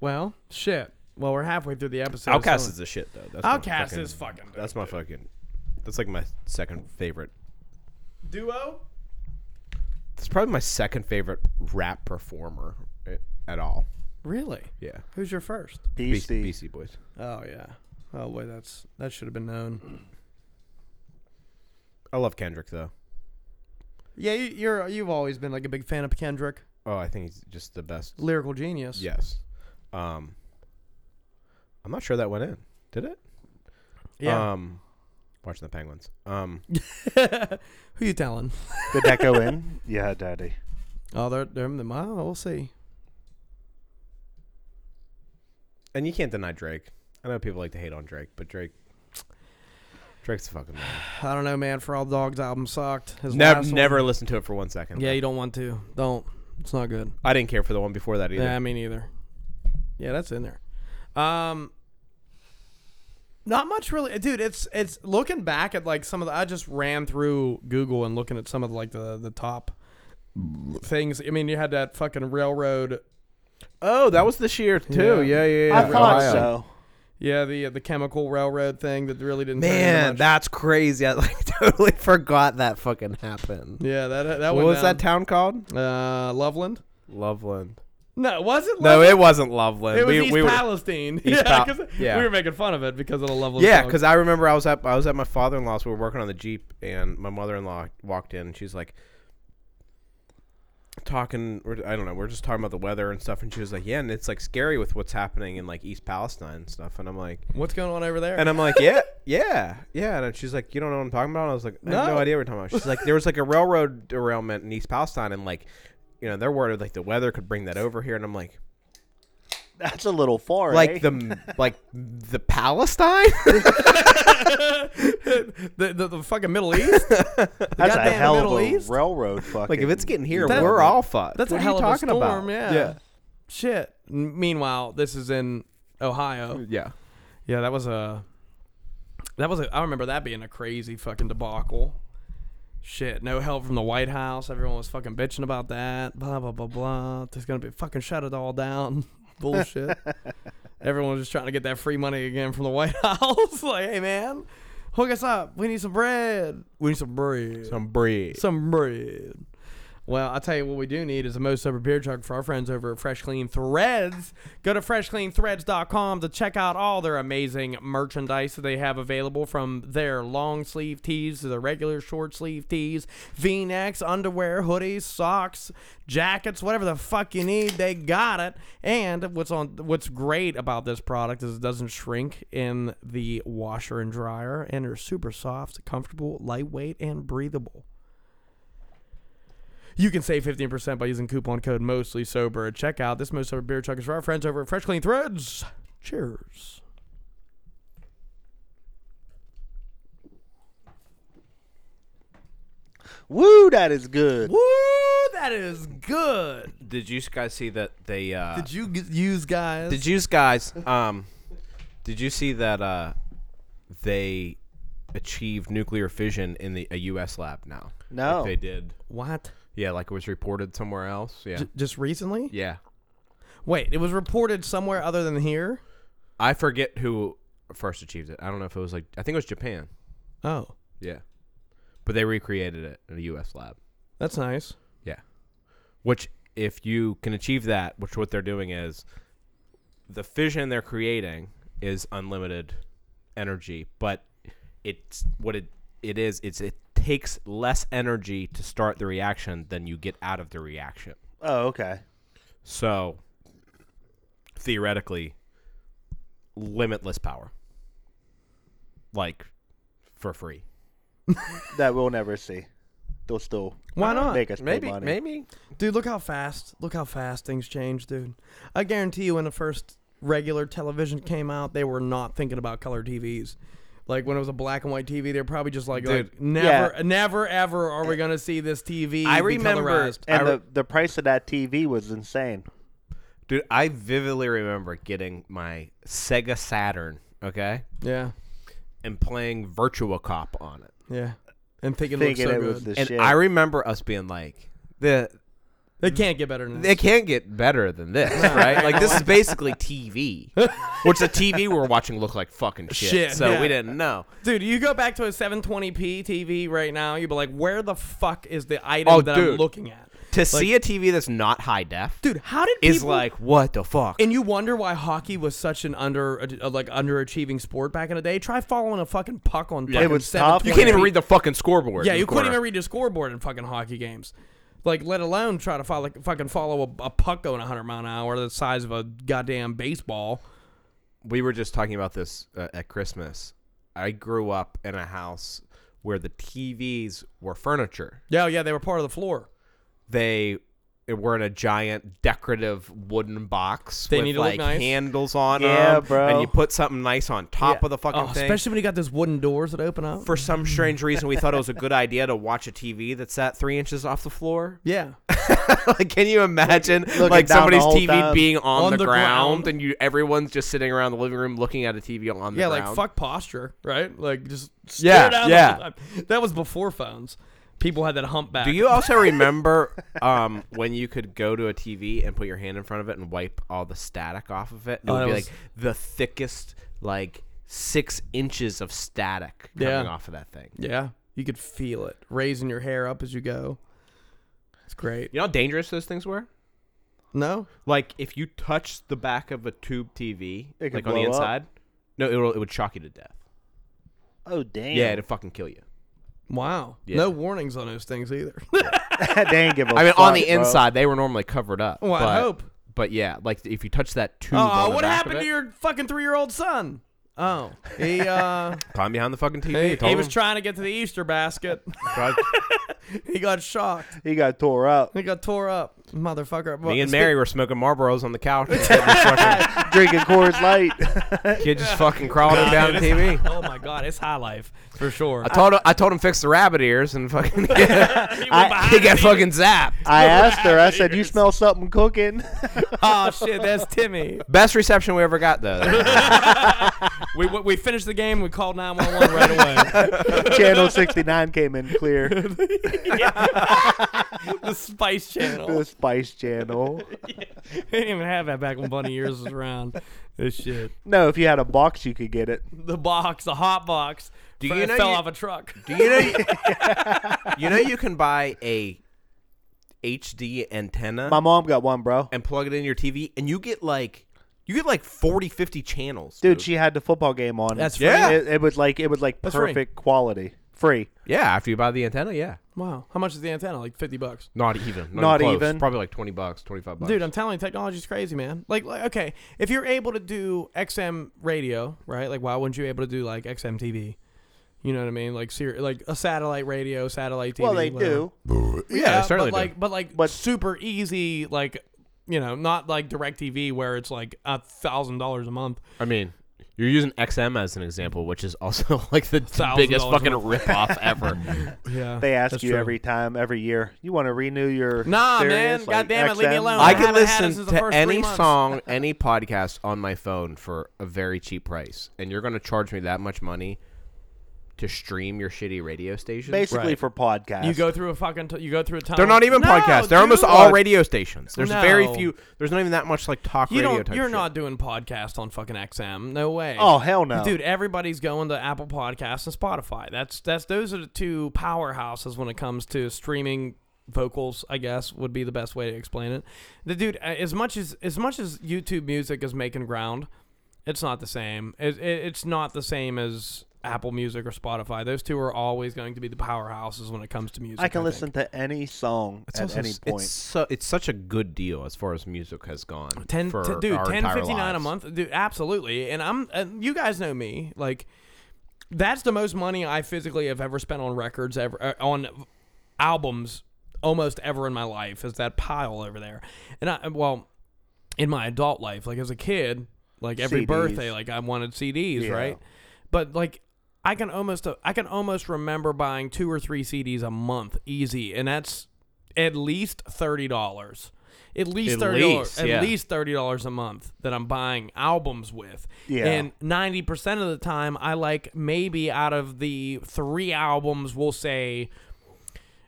Speaker 1: well, shit. Well, we're halfway through the episode.
Speaker 2: Outcast
Speaker 1: so-
Speaker 2: is the shit though. That's my
Speaker 1: Outcast is fucking.
Speaker 2: That's my fucking. That's like my second favorite.
Speaker 1: duo.
Speaker 2: It's probably my second favorite rap performer eh, at all.
Speaker 1: Really?
Speaker 2: Yeah,
Speaker 1: Who's your first?
Speaker 3: Beastie.
Speaker 2: BC Boys.
Speaker 1: Oh yeah. Oh boy, that's that should have been known.
Speaker 2: I love Kendrick though.
Speaker 1: Yeah, you, you're you've always been like a big fan of Kendrick,
Speaker 2: Oh, I think he's just the best.
Speaker 1: lyrical genius.
Speaker 2: Yes. Um, I'm not sure that went in. Did it?
Speaker 1: Yeah.
Speaker 2: Um, watching the Penguins. Um,
Speaker 1: Who you telling?
Speaker 3: Did that go in? Yeah, Daddy.
Speaker 1: Oh, they're they're well, we'll see.
Speaker 2: and you can't deny Drake. I know people like to hate on Drake, but Drake, Drake's a fucking man.
Speaker 1: I don't know, man. For all dogs album sucked. His
Speaker 2: Never,
Speaker 1: last one-
Speaker 2: never listened to it for one second.
Speaker 1: Yeah, you don't want to. Don't. It's not good.
Speaker 2: I didn't care for the one before that either.
Speaker 1: Yeah, me neither. Yeah, that's in there. Um, not much really, dude. It's it's looking back at like some of the. I just ran through Google and looking at some of like the the top things. I mean, you had that fucking railroad.
Speaker 2: Oh, that was this year too. Yeah, yeah, yeah.
Speaker 3: I thought
Speaker 2: Ohio.
Speaker 3: so.
Speaker 1: Yeah, the the chemical railroad thing that really didn't. turn into
Speaker 5: Man,
Speaker 1: much.
Speaker 5: that's crazy. I like totally forgot that fucking happened.
Speaker 1: yeah, that that
Speaker 2: What
Speaker 1: went
Speaker 2: was
Speaker 1: down.
Speaker 2: that town called?
Speaker 1: uh, Loveland.
Speaker 2: Loveland.
Speaker 1: No, was it?
Speaker 2: No,
Speaker 1: Loveland?
Speaker 2: it wasn't Loveland.
Speaker 1: It was
Speaker 2: we,
Speaker 1: East
Speaker 2: we were,
Speaker 1: Palestine. yeah,
Speaker 2: Pal-
Speaker 1: 'cause
Speaker 2: yeah.
Speaker 1: we were making fun of it because of the Loveland.
Speaker 2: Yeah,
Speaker 1: song.
Speaker 2: because I remember I was at I was at my father in law's. We were working on the jeep, and my mother in law walked in, and she's like, talking. we're- I don't know. We're just talking about the weather and stuff, and she was like, "Yeah," and it's like scary with what's happening in like East Palestine and stuff. And I'm like,
Speaker 1: what's going on over there?
Speaker 2: and uh, I'm like, "Yeah, yeah, yeah." And she's like, "You don't know what I'm talking about?" And I was like, "I have
Speaker 1: No.
Speaker 2: no idea what you're talking about." She's like, "There was like a railroad derailment in East Palestine, and like, you know, they're worried like the weather could bring that over here." And I'm like,
Speaker 3: That's a little far. eh?
Speaker 2: "Like the like the Palestine."
Speaker 1: the, the, the fucking Middle East.
Speaker 3: that's a
Speaker 1: goddamn
Speaker 3: hell
Speaker 1: Middle
Speaker 3: of a
Speaker 1: East?
Speaker 3: railroad. Fucking
Speaker 2: Like if it's getting here,
Speaker 1: That-
Speaker 2: we're all fucked.
Speaker 1: That's
Speaker 2: what
Speaker 1: a hell
Speaker 2: are you
Speaker 1: of a
Speaker 2: talking
Speaker 1: storm.
Speaker 2: about?
Speaker 1: Yeah. Shit. M- meanwhile, this is in Ohio.
Speaker 2: yeah.
Speaker 1: Yeah, that was a. That was a. I remember that being a crazy fucking debacle. Shit, no help from the White House. Everyone was fucking bitching about that. Blah blah blah blah. There's gonna be fucking shut it all down. Bullshit. Everyone was just trying to get that free money again from the White House. like, hey man, hook us up. We need some bread. We need some bread.
Speaker 2: Some bread.
Speaker 1: some bread. Well, I'll tell you what we do need is a most sober beer jug for our friends over at Fresh Clean Threads. Go to freshcleanthreads.com to check out all their amazing merchandise that they have available from their long sleeve tees to their regular short sleeve tees, v necks, underwear, hoodies, socks, jackets, whatever the fuck you need, they got it. And what's on what's great about this product is it doesn't shrink in the washer and dryer and they're super soft, comfortable, lightweight, and breathable. You can save 15% by using coupon code mostly sober at checkout. This most sober beer truck is for our friends over at Fresh Clean Threads. Cheers.
Speaker 3: woo, that is good.
Speaker 1: Woo, that is good.
Speaker 2: Did you guys see that they? Uh,
Speaker 1: Did you g- use guys?
Speaker 2: did you guys? Um, did you see that uh, they achieved nuclear fission in the a U.S. lab now?
Speaker 3: No.
Speaker 2: Like they did.
Speaker 1: what?
Speaker 2: Yeah, like it was reported somewhere else. Yeah,
Speaker 1: J- just recently?
Speaker 2: yeah.
Speaker 1: Wait, it was reported somewhere other than here.
Speaker 2: I forget who first achieved it. I don't know if it was like I think it was Japan.
Speaker 1: Oh,
Speaker 2: Yeah, but they recreated it in a U.S. lab.
Speaker 1: that's nice.
Speaker 2: Yeah. Which, if you can achieve that, which what they're doing is the fission they're creating is unlimited energy, but it's what it it is. It's it takes less energy to start the reaction than you get out of the reaction.
Speaker 3: Oh, okay.
Speaker 2: So theoretically, limitless power, like for free.
Speaker 3: That we'll never see. They'll still
Speaker 1: Why not?
Speaker 3: make us pay money.
Speaker 2: maybe
Speaker 1: Dude, look how fast, look how fast things change, dude. I guarantee you when the first regular television came out, they were not thinking about color TVs. Like when it was a black and white TV, they're probably just like, like,
Speaker 2: Dude,
Speaker 1: never, never, ever are we gonna see this TV.
Speaker 2: I
Speaker 1: be
Speaker 2: remember-
Speaker 1: colorized.
Speaker 3: And
Speaker 2: I re-
Speaker 3: the, the price of that TV was insane.
Speaker 2: Dude, I vividly remember getting my Sega Saturn, okay,
Speaker 1: Yeah,
Speaker 2: and playing Virtua Cop on it.
Speaker 1: yeah. And thinking, it
Speaker 3: Thinking
Speaker 1: looks so
Speaker 3: it
Speaker 1: good.
Speaker 3: was the
Speaker 2: And
Speaker 3: shit.
Speaker 2: I remember us being like, the
Speaker 1: they can't get better than
Speaker 2: it
Speaker 1: this.
Speaker 2: can't get better than this, right? Like this is basically TV, which the TV we were watching looked like fucking shit.
Speaker 1: Shit,
Speaker 2: so
Speaker 1: yeah.
Speaker 2: we didn't know.
Speaker 1: Dude, you go back to a 720p TV right now, you'd be like, where the fuck is the item
Speaker 2: Oh,
Speaker 1: that I'm
Speaker 2: dude.
Speaker 1: looking at?
Speaker 2: To see a TV that's not high def,
Speaker 1: Dude, how did
Speaker 2: is
Speaker 1: people
Speaker 2: like what the fuck?
Speaker 1: And you wonder why hockey was such an under uh, like underachieving sport back in the day. Try following a fucking puck on fucking
Speaker 3: was
Speaker 1: seven
Speaker 3: tough.
Speaker 1: point
Speaker 2: you can't even
Speaker 1: eight.
Speaker 2: read the fucking scoreboard.
Speaker 1: Yeah,
Speaker 2: in
Speaker 1: you
Speaker 2: the corner.
Speaker 1: couldn't even read the scoreboard in fucking hockey games. Like, let alone try to follow, fucking follow a, a puck going 100 mile an hour the size of a goddamn baseball.
Speaker 2: we were just talking about this uh, at Christmas. I grew up in a house where the TVs were furniture.
Speaker 1: Yeah, yeah, they were part of the floor.
Speaker 2: They were in a giant decorative wooden box
Speaker 1: They
Speaker 2: with
Speaker 1: need to look
Speaker 2: like
Speaker 1: nice.
Speaker 2: handles on
Speaker 3: Yeah,
Speaker 2: 'em,
Speaker 3: bro.
Speaker 2: and you put something nice on top of the fucking
Speaker 1: Oh,
Speaker 2: thing.
Speaker 1: especially when you got those wooden doors that open up.
Speaker 2: For some strange reason, we thought it was a good idea to watch a TV that sat three inches off the floor.
Speaker 1: yeah.
Speaker 2: like, can you imagine
Speaker 3: looking
Speaker 2: like
Speaker 3: down the
Speaker 2: somebody's
Speaker 3: whole
Speaker 2: TV
Speaker 3: time.
Speaker 2: being on,
Speaker 1: On
Speaker 2: the,
Speaker 1: the
Speaker 2: ground,
Speaker 1: ground.
Speaker 2: and you everyone's just sitting around the living room looking at a TV on the
Speaker 1: Yeah,
Speaker 2: ground?
Speaker 1: like fuck posture, right? Like just
Speaker 2: Yeah,
Speaker 1: stare down the
Speaker 2: yeah.
Speaker 1: whole time. That was before phones. people had that humpback.
Speaker 2: Do you also remember um, when you could go to a TV and put your hand in front of it and wipe all the static off of it? It would
Speaker 1: Oh, that
Speaker 2: be
Speaker 1: was-
Speaker 2: like the thickest, like six inches of static coming
Speaker 1: Yeah.
Speaker 2: off of that thing.
Speaker 1: Yeah, you could feel it raising your hair up as you go. It's great.
Speaker 2: You know how dangerous those things were?
Speaker 1: No,
Speaker 2: Like if you touch the back of a tube TV,
Speaker 3: It could
Speaker 2: like on the
Speaker 3: blow up.
Speaker 2: inside, no, it will, it would shock you to death.
Speaker 3: Oh damn!
Speaker 2: Yeah, it'd fucking kill you.
Speaker 1: wow.
Speaker 2: Yeah.
Speaker 1: No warnings on those things either.
Speaker 3: they ain't give a
Speaker 2: I mean,
Speaker 3: fuck,
Speaker 2: on the
Speaker 3: bro.
Speaker 2: inside, they were normally covered up.
Speaker 1: Well, Oh, I
Speaker 2: but,
Speaker 1: hope.
Speaker 2: But yeah, like if you touch that tube, on
Speaker 1: oh,
Speaker 2: the
Speaker 1: what
Speaker 2: back of
Speaker 1: happened
Speaker 2: it-
Speaker 1: to your fucking three-year-old son? Oh, he uh,
Speaker 4: Climb behind the fucking TV.
Speaker 1: he,
Speaker 4: told
Speaker 1: he was
Speaker 4: him.
Speaker 1: trying to get to the Easter basket. he got shocked.
Speaker 3: He got tore up
Speaker 1: He got tore up, motherfucker.
Speaker 2: Me and
Speaker 1: Spe-
Speaker 2: Mary were smoking Marlboros on the couch. and fucking
Speaker 3: drinking Coors Light.
Speaker 2: kid just fucking crawled him down the TV.
Speaker 1: Oh my god, it's high life for sure.
Speaker 2: I told him, I told him fix the rabbit ears and fucking he got fucking zapped.
Speaker 3: I asked her. I said, "You smell something cooking?"
Speaker 1: oh shit, that's Timmy.
Speaker 2: Best reception we ever got though.
Speaker 1: We, we we finished the game. We called nine one one right away.
Speaker 3: Channel sixty nine came in clear.
Speaker 1: the Spice Channel.
Speaker 3: The Spice Channel.
Speaker 1: They didn't even have that back when Bunny Ears was around. This shit.
Speaker 3: No, if you had a box, you could get it.
Speaker 1: The box, the hot box. Do
Speaker 2: you know
Speaker 1: fell
Speaker 2: you-
Speaker 1: off a truck.
Speaker 2: Do you know you, you know you can buy a HD antenna
Speaker 3: My mom got one, bro.
Speaker 2: and plug it in your TV and you get like you get like 40 50 channels.
Speaker 3: Dude, she had the football game on.
Speaker 1: That's free.
Speaker 3: yeah. It, it was like it was like
Speaker 1: free.
Speaker 3: perfect quality, free.
Speaker 2: Yeah, after you buy the antenna, yeah.
Speaker 1: Wow. How much is the antenna? Like fifty bucks.
Speaker 2: Not even. Not,
Speaker 3: Not
Speaker 2: close.
Speaker 3: even.
Speaker 2: Probably like 20 bucks, 25 bucks.
Speaker 1: Dude, I'm telling you, technology's crazy, man. Like, like, okay, if you're able to do XM radio, right? Like, why wouldn't you be able to do like XM TV? You know what I mean? Like, ser- like a satellite radio, satellite TV.
Speaker 3: Well, they
Speaker 1: whatever.
Speaker 3: do.
Speaker 2: yeah,
Speaker 1: Yeah,
Speaker 2: they certainly
Speaker 1: but
Speaker 2: do.
Speaker 1: like, but like,
Speaker 3: But-
Speaker 1: super easy, like, you know, not like Directv where it's like a thousand dollars a month.
Speaker 2: I mean, you're using XM as an example, which is also like the
Speaker 1: Thousand
Speaker 2: biggest
Speaker 1: dollars a
Speaker 2: fucking ripoff ever.
Speaker 1: Yeah,
Speaker 3: They ask
Speaker 1: that's
Speaker 3: you
Speaker 1: true.
Speaker 3: every time, every year. You want to renew your
Speaker 1: Nah, man.
Speaker 3: Sirius,
Speaker 1: God damn it, leave me
Speaker 3: XM?
Speaker 1: alone.
Speaker 2: I
Speaker 1: I
Speaker 2: could
Speaker 1: haven't had it
Speaker 2: listen
Speaker 1: since the
Speaker 2: to
Speaker 1: first three
Speaker 2: any
Speaker 1: months.
Speaker 2: song, any podcast on my phone for a very cheap price, and you're going to charge me that much money to stream your shitty radio station?
Speaker 3: Basically for podcasts.
Speaker 1: You go through a fucking. T- you go through a time.
Speaker 2: They're not even
Speaker 1: No,
Speaker 2: podcasts. They're almost
Speaker 1: dude.
Speaker 2: all radio stations. There's very
Speaker 1: No.
Speaker 2: few. There's not even that much like talk
Speaker 1: You
Speaker 2: radio
Speaker 1: don't.
Speaker 2: type
Speaker 1: You're
Speaker 2: shit.
Speaker 1: not doing podcast on fucking XM. No way.
Speaker 3: Oh hell no,
Speaker 1: Dude, everybody's going to Apple Podcasts and Spotify. That's that's those are the two powerhouses when it comes to streaming vocals. I guess would be the best way to explain it. The dude, a- as much as as much as YouTube Music is making ground, it's not the same. It, it, it's not the same as Apple Music or Spotify. Those two are always going to be the powerhouses when it comes to music.
Speaker 3: I can
Speaker 1: think.
Speaker 3: listen to any song
Speaker 1: It's
Speaker 3: at
Speaker 1: also
Speaker 3: any
Speaker 1: s-
Speaker 3: point.
Speaker 2: It's so, it's such a good deal as far as music has gone.
Speaker 1: 10
Speaker 2: for
Speaker 1: t- dude
Speaker 2: our
Speaker 1: 1059
Speaker 2: entire
Speaker 1: a
Speaker 2: lives.
Speaker 1: month dude absolutely and i'm and you guys know me like that's the most money i physically have ever spent on records ever uh, on albums almost ever in my life is that pile over there and i well in my adult life like as a kid like every
Speaker 3: CDs.
Speaker 1: birthday like i wanted cds
Speaker 3: Yeah.
Speaker 1: right but like i can almost uh, i can almost remember buying two or three cds a month easy and that's at least thirty dollars. At least
Speaker 2: At
Speaker 1: thirty
Speaker 2: least,
Speaker 1: dollars. At
Speaker 2: yeah.
Speaker 1: least thirty dollars a month that I'm buying albums with.
Speaker 3: Yeah.
Speaker 1: And ninety percent of the time, I like maybe out of the three albums, we'll say.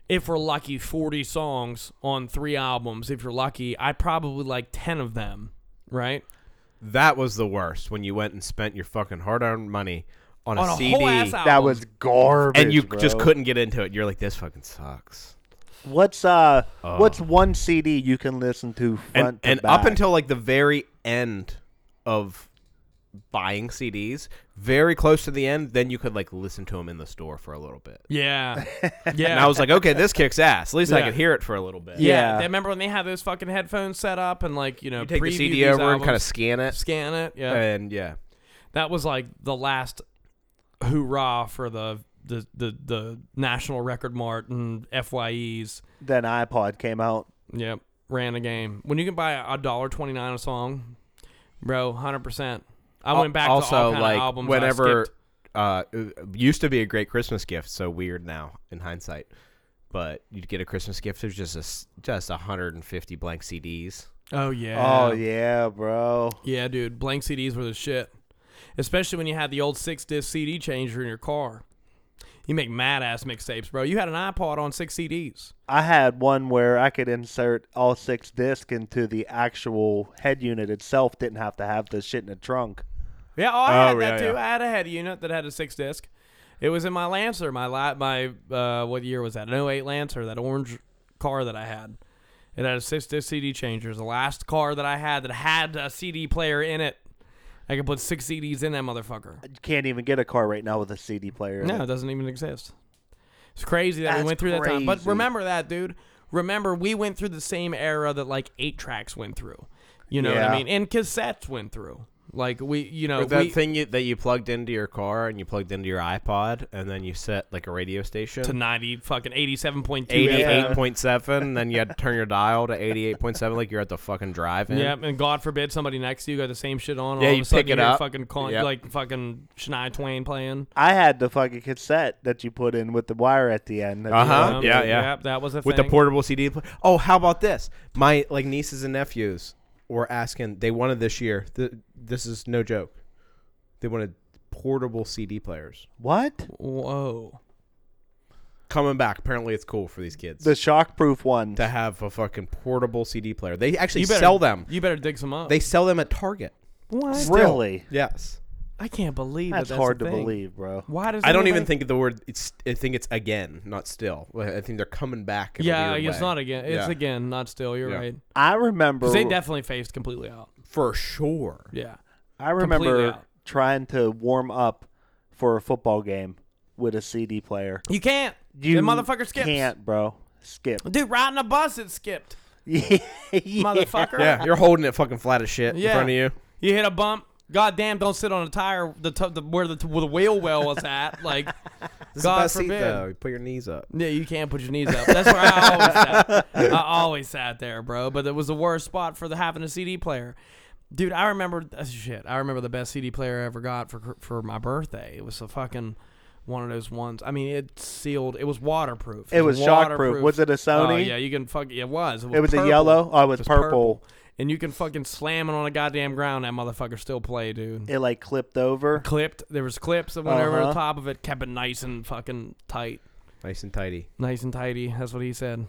Speaker 1: If we're lucky, 40 songs on three albums. If you're lucky, I probably like 10 of them, right?
Speaker 2: That was the worst when you went and spent your fucking hard-earned money on,
Speaker 1: On a
Speaker 2: CD
Speaker 1: whole ass album.
Speaker 3: that was garbage.
Speaker 2: and you
Speaker 3: bro.
Speaker 2: just couldn't get into it. You're like, this fucking sucks.
Speaker 3: What's uh,
Speaker 1: Oh.
Speaker 3: what's one CD you can listen to front
Speaker 2: And,
Speaker 3: to
Speaker 2: and up
Speaker 3: back?
Speaker 2: until like the very end of buying CDs, very close to the end, then you could like listen to them in the store for a little bit.
Speaker 1: Yeah.
Speaker 2: And
Speaker 1: Yeah.
Speaker 2: I was like, okay, this kicks ass. At least I
Speaker 1: Yeah.
Speaker 2: could hear it for a little bit.
Speaker 1: yeah.
Speaker 3: Yeah.
Speaker 1: They remember when they had those fucking headphones set up and, like, you know,
Speaker 2: Take the
Speaker 1: preview
Speaker 2: CD
Speaker 1: these
Speaker 2: over and
Speaker 1: albums,
Speaker 2: kind of scan it,
Speaker 1: scan it. Yeah.
Speaker 2: and yeah,
Speaker 1: that was like the last hoorah for the the the, the National Record Mart and FYEs.
Speaker 3: then iPod came out.
Speaker 1: Yep, ran the game. When you can buy a dollar twenty nine a song, bro, hundred percent. I went back
Speaker 2: also
Speaker 1: to all kind
Speaker 2: like
Speaker 1: of albums. I
Speaker 2: whenever
Speaker 1: skipped.
Speaker 2: uh it used to be a great christmas gift so weird now in hindsight but you'd get a christmas gift there's just a s- just 150 blank cds
Speaker 1: oh yeah,
Speaker 3: Oh yeah, bro.
Speaker 1: yeah, dude, blank CDs were the shit. Especially when you had the old six disc CD changer in your car. You make mad ass mixtapes, bro. You had an iPod on six CDs.
Speaker 3: I had one where I could insert all six discs into the actual head unit itself. Didn't have to have the shit in the trunk.
Speaker 1: Yeah, oh, I
Speaker 2: Oh,
Speaker 1: had that
Speaker 2: yeah,
Speaker 1: too.
Speaker 2: yeah.
Speaker 1: I had a head unit that had a six disc. It was in my Lancer, my la- my uh, what year was that? An 08 Lancer, that orange car that I had. It had a six disc CD changer. It was the last car that I had that had a CD player in it. I could put six CDs in that motherfucker.
Speaker 3: You can't even get a car right now with a CD player. in
Speaker 1: No, it
Speaker 3: it.
Speaker 1: doesn't even exist. It's crazy that we
Speaker 3: That's
Speaker 1: went through that time. But
Speaker 3: crazy.
Speaker 1: remember that, dude. Remember, we went through the same era that like eight tracks went through. You know what I
Speaker 3: Yeah.
Speaker 1: mean? And cassettes went through. Like we, you know,
Speaker 4: Or that
Speaker 1: Uh, we,
Speaker 4: thing you, that you plugged into your car and you plugged into your iPod and then you set like a radio station
Speaker 1: to ninety fucking eighty seven point two.
Speaker 4: eighty-eight point seven. Then you had to turn your dial to eighty-eight point seven, like you're at the fucking drive-in.
Speaker 1: Yeah, and God forbid somebody next to you got the same shit on. and
Speaker 4: Yeah,
Speaker 1: all
Speaker 4: you
Speaker 1: of a sudden
Speaker 4: pick it
Speaker 1: you're
Speaker 4: up.
Speaker 1: Fucking con-
Speaker 4: Yep.
Speaker 1: like fucking Shania Twain playing.
Speaker 3: I had the fucking cassette that you put in with the wire at the end. that you
Speaker 4: Uh-huh.
Speaker 3: were-
Speaker 1: Um,
Speaker 4: yeah, yeah.
Speaker 1: yep, that was a
Speaker 4: with
Speaker 1: thing.
Speaker 4: the portable CD. pl- Oh, how about this? My like nieces and nephews were asking. They wanted this year. Th- this is no joke. They wanted portable CD players
Speaker 3: What?
Speaker 1: Whoa.
Speaker 4: coming back. Apparently, it's cool for these kids
Speaker 3: The shockproof one.
Speaker 4: to have a fucking portable CD player. They actually
Speaker 1: You better
Speaker 4: sell them.
Speaker 1: You better dig some up.
Speaker 4: They sell them at Target.
Speaker 1: what?
Speaker 3: Really?
Speaker 4: Yes.
Speaker 1: I can't believe that
Speaker 3: That's,
Speaker 1: that's
Speaker 3: hard
Speaker 1: a
Speaker 3: to
Speaker 1: thing.
Speaker 3: believe, bro.
Speaker 1: Why does
Speaker 4: I don't even
Speaker 1: anybody-
Speaker 4: think the word. It's. I think it's again, not still. I think they're coming back. In a
Speaker 1: Yeah,
Speaker 4: weird
Speaker 1: it's
Speaker 4: way.
Speaker 1: not again. It's
Speaker 4: Yeah.
Speaker 1: again not still. You're
Speaker 4: Yeah.
Speaker 1: right.
Speaker 3: I remember.
Speaker 1: 'Cause they definitely phased completely out.
Speaker 4: for sure.
Speaker 1: Yeah.
Speaker 3: I
Speaker 1: completely
Speaker 3: remember
Speaker 1: out.
Speaker 3: trying to warm up for a football game with a CD player.
Speaker 1: You can't.
Speaker 3: You
Speaker 1: the motherfucker skips.
Speaker 3: Can't, bro. Skip.
Speaker 1: Dude, riding a bus, it skipped.
Speaker 3: yeah.
Speaker 1: Motherfucker.
Speaker 4: Yeah, you're holding it fucking flat as shit
Speaker 1: Yeah.
Speaker 4: in front of you.
Speaker 1: You hit a bump. Goddamn! Don't sit on a tire. The, t- the where the, t- where the wheel well was at. Like, God
Speaker 4: Best seat,
Speaker 1: forbid.
Speaker 4: though. You put your knees up.
Speaker 1: Yeah, you can't put your knees up. That's where I always sat. I always sat there, bro. But it was the worst spot for the having a CD player. Dude, I remember uh, shit. I remember the best CD player I ever got for for my birthday. It was a fucking one of those ones. I mean, it sealed. It was waterproof.
Speaker 3: It was shockproof.
Speaker 1: waterproof.
Speaker 3: Was it a Sony?
Speaker 1: Oh, yeah, you can fuck. It was. It was,
Speaker 3: It was a
Speaker 1: purple.
Speaker 3: yellow? Oh, it was purple.
Speaker 1: And you can fucking slam it on a goddamn ground. That motherfucker still play, dude.
Speaker 3: It like clipped over.
Speaker 1: clipped. There was clips that went over the
Speaker 3: Uh-huh.
Speaker 1: top of it. Kept it nice and fucking tight.
Speaker 4: Nice and tidy.
Speaker 1: Nice and tidy. That's what he said.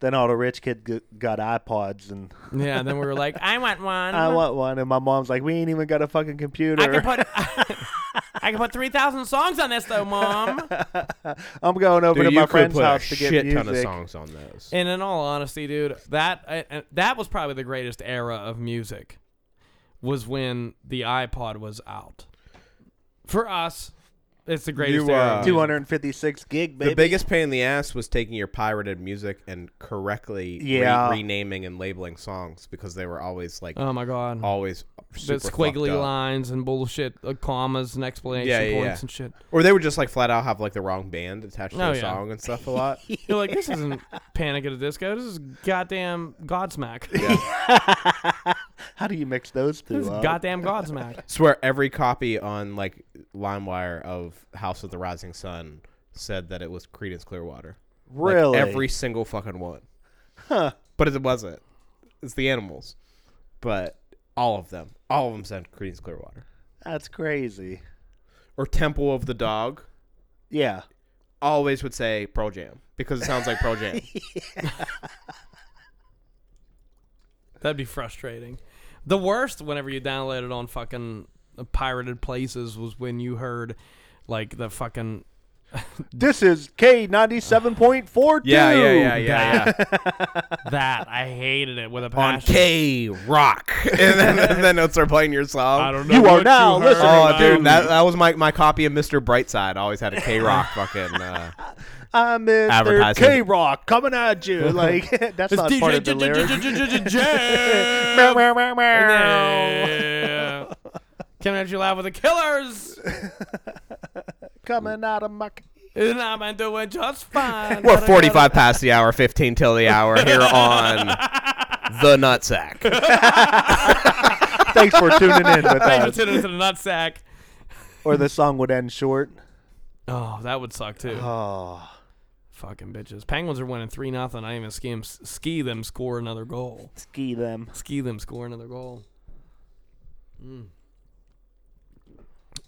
Speaker 3: Then all the rich kids g- got iPods, and
Speaker 1: Yeah, then we were like, I want one.
Speaker 3: I want one. And my mom's like, "We ain't even got a fucking computer.
Speaker 1: Mm-hmm. I can put I can put three thousand songs on this though, mom.
Speaker 3: I'm going over
Speaker 4: Dude,
Speaker 3: to
Speaker 4: you
Speaker 3: my
Speaker 4: could
Speaker 3: friend's
Speaker 4: put
Speaker 3: house
Speaker 4: a
Speaker 3: to
Speaker 4: shit
Speaker 3: get music."
Speaker 4: ton of songs on those.
Speaker 1: And in all honesty, dude, that I, I- that was probably the greatest era of music, was when the iPod was out. For us, it's the greatest
Speaker 2: You,
Speaker 1: era.
Speaker 2: uh,
Speaker 1: of music.
Speaker 3: 256 gig, baby.
Speaker 2: The biggest pain in the ass was taking your pirated music and correctly re-
Speaker 3: Yeah.
Speaker 2: renaming and labeling songs because they were always like
Speaker 1: oh my god,
Speaker 2: always super
Speaker 1: the squiggly
Speaker 2: fucked up.
Speaker 1: lines and bullshit, uh, commas and explanation
Speaker 2: Yeah, yeah,
Speaker 1: points
Speaker 2: yeah.
Speaker 1: and shit.
Speaker 2: Or they would just like flat out have like the wrong band attached to
Speaker 1: Oh,
Speaker 2: the
Speaker 1: yeah.
Speaker 2: song and stuff a lot.
Speaker 1: You're like, this isn't Panic at a Disco. This is goddamn Godsmack.
Speaker 3: How do you mix those two
Speaker 1: This is
Speaker 3: up?
Speaker 1: goddamn Godsmack.
Speaker 2: Swear every copy on like LimeWire of House of the Rising Sun said that it was Credence Clearwater. Like,
Speaker 3: really?
Speaker 2: every single fucking one. But it wasn't. It's the animals. But all of them. All of them said Credence Clearwater.
Speaker 3: That's crazy.
Speaker 2: Or Temple of the Dog.
Speaker 3: Yeah.
Speaker 2: always would say Pearl Jam because it sounds like Pearl Jam.
Speaker 1: That'd be frustrating. The worst whenever you downloaded on fucking pirated places was when you heard like the fucking
Speaker 3: This is K97.42.
Speaker 2: yeah, yeah, yeah, yeah, yeah.
Speaker 1: that I hated it with a
Speaker 2: On
Speaker 1: passion.
Speaker 2: K Rock, and then, and then it'll start playing your song.
Speaker 1: I don't know.
Speaker 3: You
Speaker 1: what
Speaker 3: are now
Speaker 1: heard.
Speaker 3: listening
Speaker 2: Oh,
Speaker 3: to
Speaker 2: dude, that, that was my, my copy of Mr. Brightside. I always had a K Rock fucking. Uh,
Speaker 3: I'm Mr.
Speaker 2: Advertising.
Speaker 3: K Rock coming at you. Like, that's
Speaker 1: It's
Speaker 3: not part of the lyrics.
Speaker 1: DJ Jam.
Speaker 3: Meow, meow, meow, meow.
Speaker 1: Yeah. Coming at you live with the killers.
Speaker 3: Coming out of my.
Speaker 1: And I'm doing just fine.
Speaker 2: we're 45 past the hour, 15 till the hour here on The Nutsack.
Speaker 3: Thanks for tuning in with
Speaker 1: Thanks
Speaker 3: us.
Speaker 1: for tuning into the nutsack.
Speaker 3: Or the song would end short.
Speaker 1: Oh, that would suck too.
Speaker 3: Oh,
Speaker 1: Fucking bitches. Penguins are winning three nothing. I didn't even ski them, ski them score another goal.
Speaker 3: ski them.
Speaker 1: Ski them score another goal. Mm.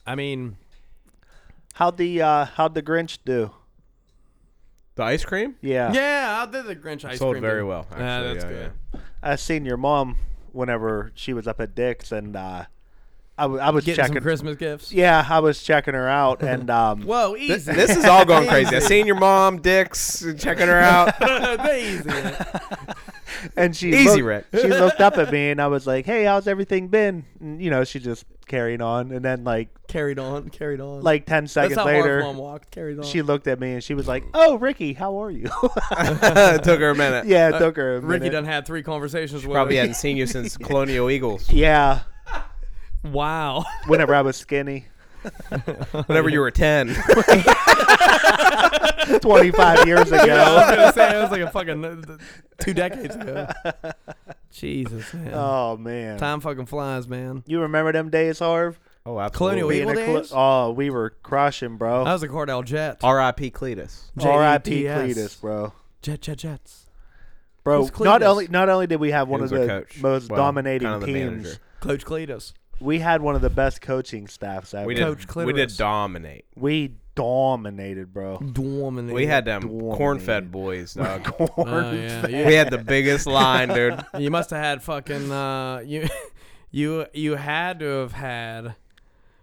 Speaker 1: I mean,
Speaker 3: How'd the uh, how'd the Grinch do?
Speaker 2: The ice cream
Speaker 3: Yeah.
Speaker 1: Yeah, I did the Grinch ice
Speaker 2: sold
Speaker 1: cream.
Speaker 2: very
Speaker 1: dude.
Speaker 2: well. Actually.
Speaker 1: yeah, that's
Speaker 2: yeah,
Speaker 1: good.
Speaker 3: I seen your mom whenever she was up at Dick's, and uh, I, w- I was
Speaker 1: Getting
Speaker 3: checking.
Speaker 1: some Christmas gifts.
Speaker 3: yeah, I was checking her out, and um,
Speaker 1: Whoa, easy.
Speaker 2: yeah. This is all going crazy. I seen your mom, dicks, checking her out.
Speaker 1: easy.
Speaker 3: and she
Speaker 2: Easy,
Speaker 3: looked,
Speaker 2: Rick.
Speaker 3: she looked up at me, and I was like, "Hey, how's everything been?" And, you know, she just carried on, and then like
Speaker 1: Carried on, carried on.
Speaker 3: like ten
Speaker 1: that's
Speaker 3: seconds
Speaker 1: how
Speaker 3: later,
Speaker 1: Mark's mom walked. Carried on.
Speaker 3: she looked at me and she was like, "Oh, Ricky, how are you?"
Speaker 2: it took her a minute.
Speaker 3: yeah, it took her. A
Speaker 1: Uh, Ricky
Speaker 3: minute.
Speaker 1: done had three conversations with
Speaker 2: Probably
Speaker 1: her.
Speaker 2: hadn't seen you since Colonial Eagles.
Speaker 3: Yeah,
Speaker 1: Wow.
Speaker 3: whenever I was skinny,
Speaker 2: Whenever you were ten.
Speaker 3: twenty five years
Speaker 1: I was
Speaker 3: ago.
Speaker 1: gonna say it was like a fucking uh, two decades ago. Jesus, man.
Speaker 3: Oh man,
Speaker 1: Time fucking flies, man.
Speaker 3: you remember them days, Harv?
Speaker 2: Oh,
Speaker 1: Colonial
Speaker 3: Being
Speaker 1: Evil
Speaker 3: a cl-
Speaker 1: days.
Speaker 3: oh, we were crushing, bro.
Speaker 1: That was a Cordell Jet.
Speaker 2: R.I.P. Cletus.
Speaker 3: R.I.P.
Speaker 1: J E T S.
Speaker 3: Cletus, bro.
Speaker 1: Jet, Jet, Jets.
Speaker 3: Bro,
Speaker 1: Who's
Speaker 3: not
Speaker 1: Cletus?
Speaker 3: only not only did we have one of
Speaker 2: was our
Speaker 3: the
Speaker 2: coach.
Speaker 3: most
Speaker 2: Well,
Speaker 3: dominating
Speaker 2: kind of the
Speaker 3: teams,
Speaker 2: manager.
Speaker 1: Coach Cletus.
Speaker 3: we had one of the best coaching staffs ever.
Speaker 2: We
Speaker 3: We,
Speaker 2: did.
Speaker 1: Coach
Speaker 2: we did
Speaker 1: Clitoris.
Speaker 2: dominate.
Speaker 3: dominated, bro.
Speaker 1: Dominated.
Speaker 2: We had them
Speaker 3: Dominated.
Speaker 2: corn-fed boys, dog.
Speaker 1: Oh, yeah. You,
Speaker 2: we had the biggest line, dude.
Speaker 1: you must have had fucking uh, you, you, you had to have had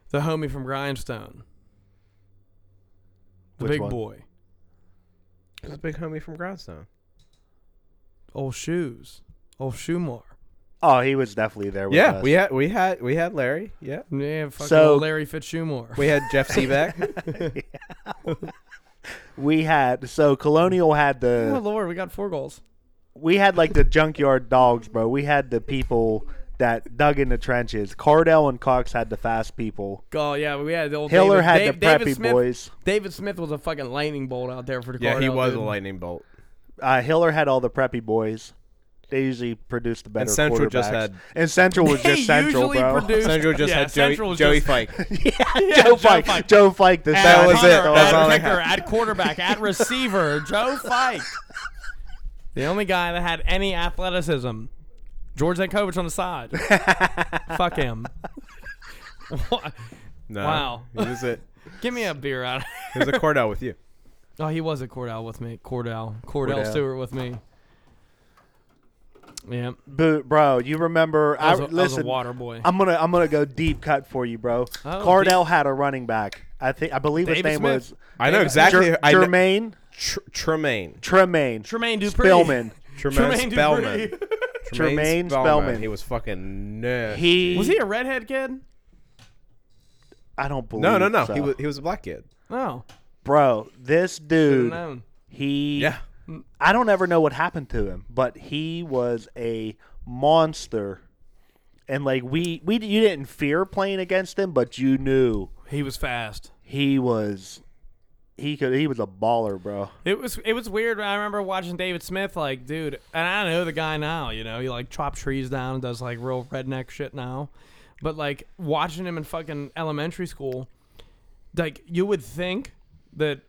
Speaker 1: the homie from Grindstone, the
Speaker 3: Which
Speaker 1: big
Speaker 3: one?
Speaker 1: boy,
Speaker 2: It was a big homie from Grindstone.
Speaker 1: old shoes, old Shumar.
Speaker 3: Oh, he was definitely there. With
Speaker 2: Yeah,
Speaker 3: us.
Speaker 2: we had we had we had Larry. Yeah,
Speaker 1: Yeah, fucking
Speaker 3: So-
Speaker 1: old Larry Fitzshumar.
Speaker 2: we had Jeff Seaback.
Speaker 3: we had so Colonial had
Speaker 1: Oh
Speaker 3: the
Speaker 1: Lord, we got four goals.
Speaker 3: we had like the junkyard dogs, bro. We had the people that dug in the trenches. Cardell and Cox had the fast people.
Speaker 1: Oh yeah, we had the old
Speaker 3: Hiller
Speaker 1: David,
Speaker 3: had
Speaker 1: Dave-
Speaker 3: the
Speaker 1: David
Speaker 3: preppy
Speaker 1: Smith,
Speaker 3: boys.
Speaker 1: David Smith was a fucking lightning bolt out there for the
Speaker 2: yeah, he
Speaker 1: Cardinals,
Speaker 2: was a
Speaker 1: dude.
Speaker 2: lightning bolt.
Speaker 3: Uh, Hiller had all the preppy boys. They usually produced the better.
Speaker 2: Central just
Speaker 3: quarterbacks.
Speaker 2: had-
Speaker 3: and Central was
Speaker 1: He
Speaker 3: just Central,
Speaker 1: usually
Speaker 3: bro.
Speaker 1: produced.
Speaker 2: Central just
Speaker 1: yeah,
Speaker 2: had Joey,
Speaker 1: Central was
Speaker 2: Joey
Speaker 1: just-
Speaker 2: Fike.
Speaker 3: Joe Fike. Joe Fike. The
Speaker 1: At
Speaker 2: was
Speaker 1: punter,
Speaker 2: it.
Speaker 1: at
Speaker 2: That's all they
Speaker 1: kicker,
Speaker 2: had.
Speaker 1: at quarterback, at receiver, Joe Fike. The only guy that had any athleticism. George Zankovich on the side. Fuck him. Wha-
Speaker 2: No,
Speaker 1: Wow.
Speaker 2: he was a
Speaker 1: Give me a beer out.
Speaker 2: he was a Cordell with you.
Speaker 1: Oh, he was at Cordell with me. Cordell. Cordell,
Speaker 3: Cordell.
Speaker 1: Stewart with me. Yeah.
Speaker 3: Boo, bro, you remember?
Speaker 1: I
Speaker 3: I
Speaker 1: was a- I was a
Speaker 3: listen.
Speaker 1: water boy.
Speaker 3: I'm gonna I'm gonna go deep cut for you, bro.
Speaker 1: Oh,
Speaker 3: Cardell had a running back. I think I believe his
Speaker 1: David
Speaker 3: name
Speaker 1: Smith.
Speaker 2: I know
Speaker 1: David-
Speaker 3: was
Speaker 2: exactly.
Speaker 3: Jer-
Speaker 2: I know-
Speaker 3: Jermaine
Speaker 2: Tr- Tremaine.
Speaker 3: Tremaine
Speaker 1: Tremaine Dupree.
Speaker 3: Spillman.
Speaker 2: Tremaine,
Speaker 1: Tremaine
Speaker 2: Spellman.
Speaker 1: Dupree.
Speaker 3: Tremaine Spellman.
Speaker 2: He was fucking nasty.
Speaker 3: He
Speaker 1: Was he a redhead kid?
Speaker 3: I don't believe.
Speaker 2: No, no, no.
Speaker 3: so.
Speaker 2: He was he was a black kid.
Speaker 1: No.
Speaker 3: Bro, this dude.
Speaker 1: known.
Speaker 3: He.
Speaker 2: Yeah.
Speaker 3: I don't ever know what happened to him, but he was a monster. And like we, we, you didn't fear playing against him, but you knew
Speaker 1: He was fast.
Speaker 3: he was, he could, he was a baller, bro.
Speaker 1: It was it was weird. I remember watching David Smith, like, dude, and I know the guy now. You know, he like chops trees down and does like real redneck shit now. But like watching him in fucking elementary school, like you would think that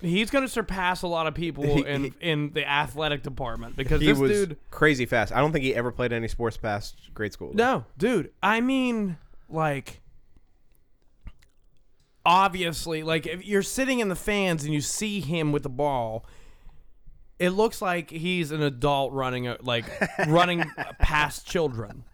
Speaker 1: he's gonna surpass a lot of people
Speaker 2: He-
Speaker 1: in
Speaker 2: he-
Speaker 1: in the athletic department because
Speaker 2: He
Speaker 1: this
Speaker 2: was
Speaker 1: dude.
Speaker 2: crazy fast. I don't think he ever played any sports past grade school.
Speaker 1: No, dude. I mean, like, obviously, like if you're sitting in the fans and you see him with the ball, it looks like he's an adult running, a, like running past children.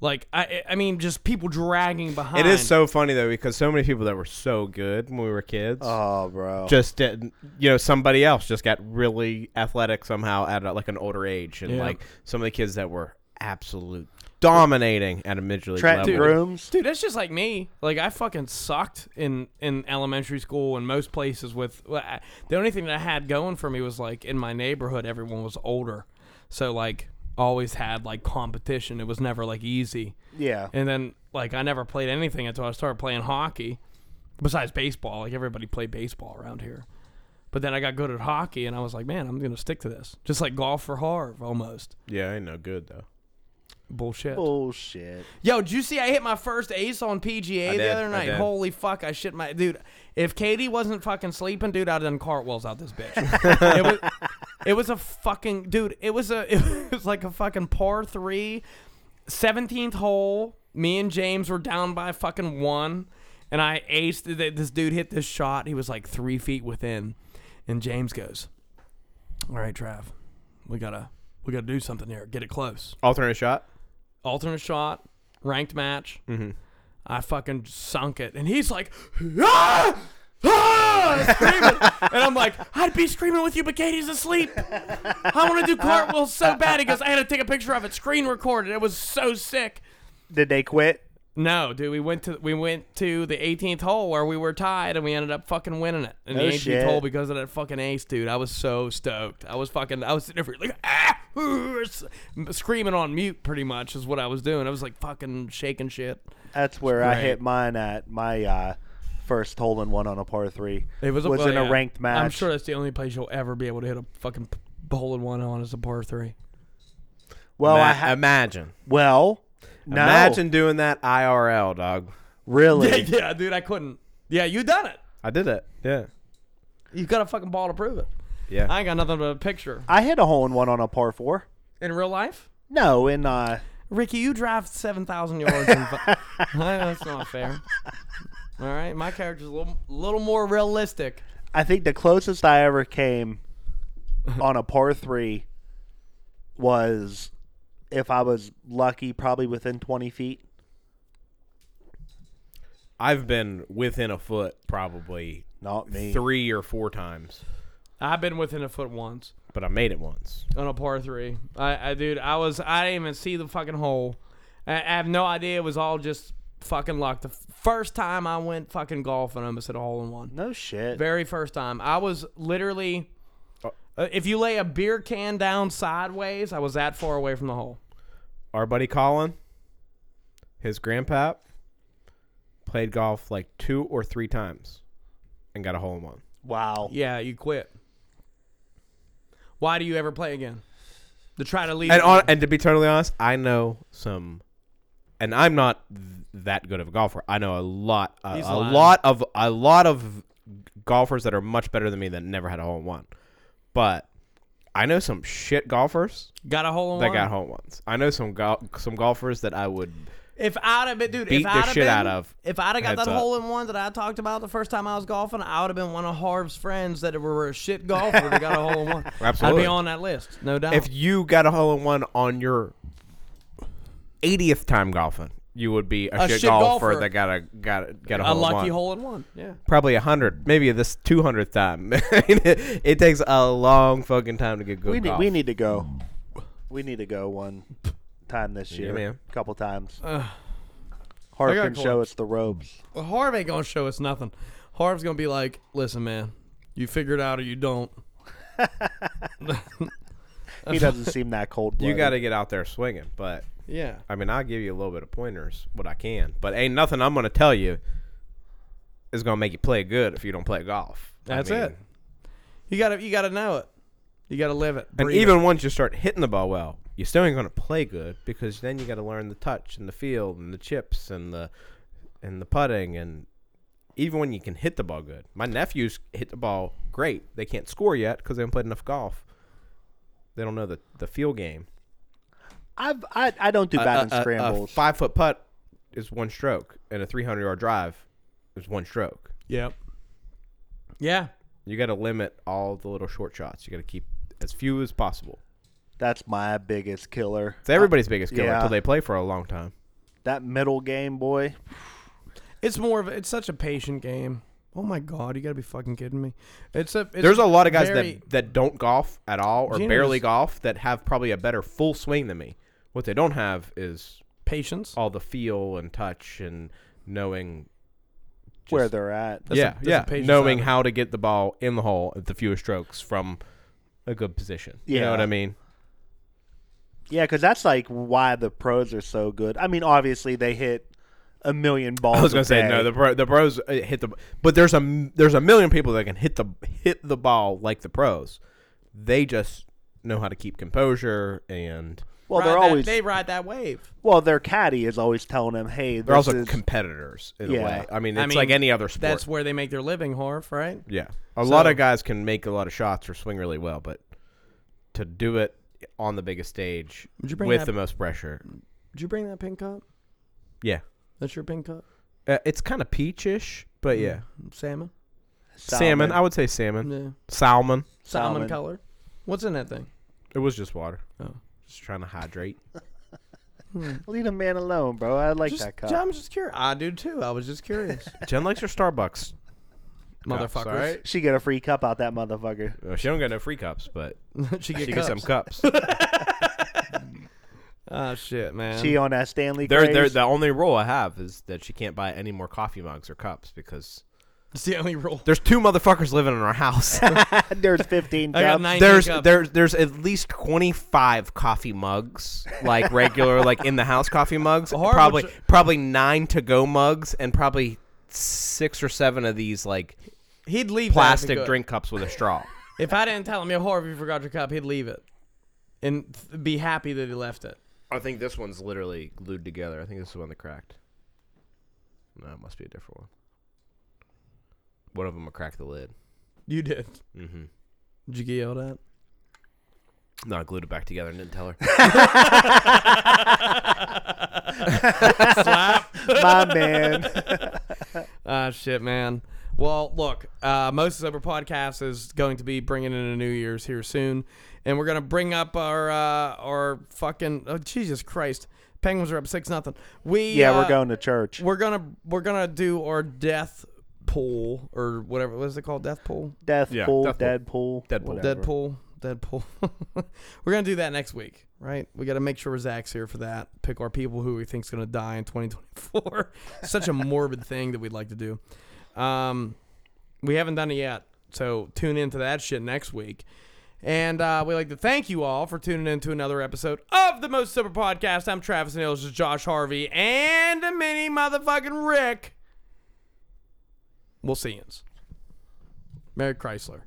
Speaker 1: Like I, I mean, just people dragging behind.
Speaker 2: It is so funny though because so many people that were so good when we were kids
Speaker 3: Oh, bro.
Speaker 2: just didn't. You know, somebody else just got really athletic somehow at uh, like an older age, and
Speaker 1: Yeah.
Speaker 2: like some of the kids that were absolute dominating at a major league
Speaker 3: Trent
Speaker 2: level.
Speaker 3: Grooms.
Speaker 1: Dude, that's just like me. Like I fucking sucked in in elementary school and most places with well, I- the only thing that I had going for me was like in my neighborhood everyone was older. So like always had like competition. It was never like easy.
Speaker 3: Yeah.
Speaker 1: And then like I never played anything until I started playing hockey. Besides baseball, like everybody played baseball around here. But then I got good at hockey and I was like, man, I'm going to stick to this. Just like golf for Harv almost.
Speaker 2: Yeah, ain't no good though.
Speaker 1: Bullshit.
Speaker 3: Bullshit.
Speaker 1: Yo, did you see I hit my first ace on PGA the
Speaker 2: did,
Speaker 1: other
Speaker 2: I
Speaker 1: night?
Speaker 2: did.
Speaker 1: Holy fuck, I shit my dude. If Katie wasn't fucking sleeping, dude, I'd have done cartwheels out this bitch. it, was, it was a fucking dude, it was a it was like a fucking par three, 17th hole. Me and James were down by fucking one. and I aced. th- This dude hit this shot. He was like three feet within, and James goes, "All right, Trav, we gotta we gotta do something here. Get it close.
Speaker 2: Alternate shot.
Speaker 1: Alternate shot, ranked match. I fucking sunk it, and he's like, ah." Ah! Screaming. and I'm like, I'd be screaming with you, but Katie's asleep. I want to do cartwheels so bad. He goes, I had to take a picture of it, screen recorded. It was so sick.
Speaker 3: Did they quit?
Speaker 1: No, dude, we went to we went to the 18th hole where we were tied, and we ended up fucking winning it. And
Speaker 3: No
Speaker 1: the 18th
Speaker 3: shit.
Speaker 1: hole because of that fucking ace, dude. I was so stoked. I was fucking. I was sitting there like ah, ooh," s- screaming on mute, pretty much is what I was doing. I was like fucking shaking shit.
Speaker 3: That's where I
Speaker 1: Right.
Speaker 3: hit mine at my uh, first hole in one on a par three.
Speaker 1: It was, a, well,
Speaker 3: in a
Speaker 1: yeah.
Speaker 3: ranked match.
Speaker 1: I'm sure that's the only place you'll ever be able to hit a fucking p- hole in one on is a par three.
Speaker 3: Well, Oh, I
Speaker 2: Ma-
Speaker 3: ha-
Speaker 2: imagine.
Speaker 3: well, no,
Speaker 2: Imagine doing that IRL, dog.
Speaker 1: Yeah,
Speaker 3: really.
Speaker 1: yeah, dude, I couldn't. Yeah, you done it.
Speaker 2: I did it. Yeah.
Speaker 1: You got a fucking ball to prove it.
Speaker 2: Yeah.
Speaker 1: I ain't got nothing but a picture
Speaker 3: I hit a hole in one on a par four.
Speaker 1: in real life.
Speaker 3: No, in uh,
Speaker 1: Ricky, you drive 7,000 yards. In fi- That's not fair. All right, my character's a little, little more realistic.
Speaker 3: I think the closest I ever came on a par three was if I was lucky, probably within 20 feet.
Speaker 2: I've been within a foot probably
Speaker 3: Not me.
Speaker 2: three or four times,
Speaker 1: I've been within a foot once
Speaker 2: but I made it once.
Speaker 1: on a par three. I, I dude, I was, I didn't even see the fucking hole. I, I have no idea. It was all just fucking luck. The f- first time I went fucking golfing, I almost hit a hole in one.
Speaker 3: No shit.
Speaker 1: Very first time. I was literally, uh, if you lay a beer can down sideways, I was that far away from the hole.
Speaker 2: Our buddy Colin, his grandpap, played golf like two or three times and got a hole in one.
Speaker 3: wow.
Speaker 1: Yeah, you quit. Why do you ever play again? To try to leave.
Speaker 2: And on, and to be totally honest, I know some, and I'm not th- that good of a golfer. I know a lot, a,
Speaker 1: He's
Speaker 2: a
Speaker 1: lying.
Speaker 2: lot of a lot of golfers that are much better than me that never had a hole in one. But I know some shit golfers
Speaker 1: got a hole in
Speaker 2: that
Speaker 1: one.
Speaker 2: got hole in ones. I know some gol- some golfers that I would.
Speaker 1: If I'd have been, dude,
Speaker 2: Beat
Speaker 1: if
Speaker 2: the
Speaker 1: I'd have
Speaker 2: shit
Speaker 1: been,
Speaker 2: out of.
Speaker 1: If I'd have got
Speaker 2: Heads
Speaker 1: that
Speaker 2: up.
Speaker 1: hole in one that I talked about the first time I was golfing, I would have been one of Harv's friends that were a shit golfer that got a hole in one. I'd
Speaker 2: Absolutely.
Speaker 1: be on that list, no doubt.
Speaker 2: If you got a hole in one on your 80th time golfing, you would be a,
Speaker 1: A
Speaker 2: shit,
Speaker 1: shit
Speaker 2: golfer,
Speaker 1: golfer.
Speaker 2: that got a got a, got a
Speaker 1: a
Speaker 2: hole in
Speaker 1: lucky
Speaker 2: one.
Speaker 1: hole in one, yeah.
Speaker 2: probably a hundred, maybe this two hundredth time. it, it takes a long fucking time to get good.
Speaker 3: We need,
Speaker 2: golf.
Speaker 3: we need to go. We need to go one time this year.
Speaker 2: man.
Speaker 3: couple times.
Speaker 1: I
Speaker 3: Harp
Speaker 1: got
Speaker 3: can show us the ropes.
Speaker 1: Well, Harv ain't gonna show us nothing. Harv's gonna be like, "Listen, man, you figure it out or you don't."
Speaker 3: He doesn't seem that cold.
Speaker 2: You got to get out there swinging, but
Speaker 1: Yeah.
Speaker 2: I mean, I'll give you a little bit of pointers what I can, but ain't nothing I'm gonna tell you is gonna make you play good if you don't play golf. I
Speaker 1: That's
Speaker 2: mean,
Speaker 1: it. You gotta you gotta know it. You gotta live it.
Speaker 2: And
Speaker 1: breathe
Speaker 2: even
Speaker 1: it.
Speaker 2: once you start hitting the ball well, you still ain't gonna play good because then you got to learn the touch and the field and the chips and the and the putting and even when you can hit the ball good. My nephews hit the ball great. They can't score yet because they haven't played enough golf. They don't know the the field game.
Speaker 3: I've, I I don't do
Speaker 2: A-
Speaker 3: batting
Speaker 2: a- a- a
Speaker 3: scrambles.
Speaker 2: five foot putt is one stroke, and a three hundred yard drive is one stroke.
Speaker 1: Yep. Yeah.
Speaker 2: You got to limit all the little short shots. You got to keep as few as possible.
Speaker 3: That's my biggest killer.
Speaker 2: It's everybody's biggest killer
Speaker 3: Uh, yeah.
Speaker 2: until they play for a long time.
Speaker 3: That middle game, boy.
Speaker 1: It's more of a, it's such a patient game. Oh my god, you gotta be fucking kidding me. It's a it's
Speaker 2: There's a lot of guys
Speaker 1: very-
Speaker 2: that, that don't golf at all or
Speaker 1: Juniors.
Speaker 2: barely golf that have probably a better full swing than me. What they don't have is
Speaker 1: patience.
Speaker 2: all the feel and touch and knowing.
Speaker 3: Where they're at.
Speaker 1: That's a-
Speaker 2: yeah,
Speaker 1: that's a
Speaker 2: yeah.
Speaker 1: patience
Speaker 2: Knowing
Speaker 1: out of it.
Speaker 2: how to get the ball in the hole at the fewest strokes from a good position. You know
Speaker 3: Yeah.
Speaker 2: what I mean?
Speaker 3: Yeah, because that's like why the pros are so good. I mean, obviously they hit a million balls.
Speaker 2: I was gonna
Speaker 3: a
Speaker 2: say
Speaker 3: day.
Speaker 2: no. The pro, the pros uh, hit the, but there's a m- there's a million people that can hit the hit the ball like the pros. They just know how to keep composure and
Speaker 3: well, they're
Speaker 1: Ride that-
Speaker 3: always
Speaker 1: they ride that wave.
Speaker 3: well, their caddy is always telling them, "Hey,
Speaker 2: they're
Speaker 3: this
Speaker 2: also
Speaker 3: is
Speaker 2: competitors in a
Speaker 3: Yeah.
Speaker 2: way. I mean, it's
Speaker 1: I mean,
Speaker 2: like any other sport.
Speaker 1: That's where they make their living, Harf, right?
Speaker 2: Yeah. A lot
Speaker 1: So-
Speaker 2: of guys can make a lot of shots or swing really well, but to do it on the biggest stage
Speaker 1: Would you bring
Speaker 2: with
Speaker 1: that-
Speaker 2: the most pressure.
Speaker 1: Did you bring that pink cup?
Speaker 2: Yeah.
Speaker 1: That's your pink cup?
Speaker 2: Uh, it's kind of peachish, but yeah,
Speaker 1: Mm. Salmon.
Speaker 2: salmon. I would say salmon.
Speaker 1: Yeah. Salmon,
Speaker 2: Salmon.
Speaker 3: Salmon.
Speaker 1: color. What's in that thing?
Speaker 2: It was just water.
Speaker 1: Oh.
Speaker 2: Just trying to hydrate.
Speaker 3: Leave a man alone, bro. I like
Speaker 1: Just,
Speaker 3: that cup.
Speaker 1: I'm just curious. I do too. I was just curious.
Speaker 2: Jen likes her Starbucks.
Speaker 1: Motherfuckers.
Speaker 2: all right?
Speaker 3: She get a free cup out that motherfucker.
Speaker 2: Uh, she don't get no free cups, but
Speaker 1: she get
Speaker 2: she
Speaker 1: cups.
Speaker 2: gets some cups.
Speaker 1: Ah, shit, man.
Speaker 3: She on that Stanley.
Speaker 2: they're, they're,
Speaker 3: craze.
Speaker 2: the only rule I have is that she can't buy any more coffee mugs or cups because
Speaker 1: it's the only rule.
Speaker 2: there's two motherfuckers living in our house.
Speaker 3: There's 15
Speaker 1: I got
Speaker 3: cups.
Speaker 1: nine
Speaker 2: there's
Speaker 1: cups.
Speaker 2: there's there's at least 25 coffee mugs like regular like in the house coffee mugs
Speaker 1: Or
Speaker 2: probably
Speaker 1: which-
Speaker 2: probably 9 to go mugs and probably 6 or 7 of these like
Speaker 1: He'd leave that if he
Speaker 2: plastic
Speaker 1: could.
Speaker 2: drink cups with a straw.
Speaker 1: If I didn't tell him, yo, Harvey, you forgot your cup, he'd leave it and th- be happy that he left it.
Speaker 2: I think this one's literally glued together. I think this is one that cracked. No, it must be a different one. One of them will crack the lid.
Speaker 1: You did.
Speaker 2: Mhm.
Speaker 1: Did you get yelled at?
Speaker 2: No, I glued it back together and didn't tell her.
Speaker 3: My man.
Speaker 1: Ah, shit, man. Well, look, uh, Moses Sober Podcast is going to be bringing in a New Year's here soon, and we're gonna bring up our uh, our fucking oh, Jesus Christ, Penguins are up six nothing. We
Speaker 3: Yeah, we're
Speaker 1: uh,
Speaker 3: going to church.
Speaker 1: We're gonna we're gonna do our death pool or whatever. What is it called? Death pool.
Speaker 3: Death
Speaker 2: Yeah,
Speaker 3: pool, Deadpool.
Speaker 2: Deathpool. Deadpool.
Speaker 1: Deadpool. Deadpool. we're gonna do that next week, right? We got to make sure Zach's here for that. Pick our people who we think's gonna die in 2024. Such a morbid thing that we'd like to do. Um, we haven't done it yet, so tune into that shit next week. And uh, we'd like to thank you all for tuning in to another episode of the Most Super Podcast. I'm Travis Nails, this is Josh Harvey, and a mini motherfucking Rick. We'll see you. Merry Chrysler.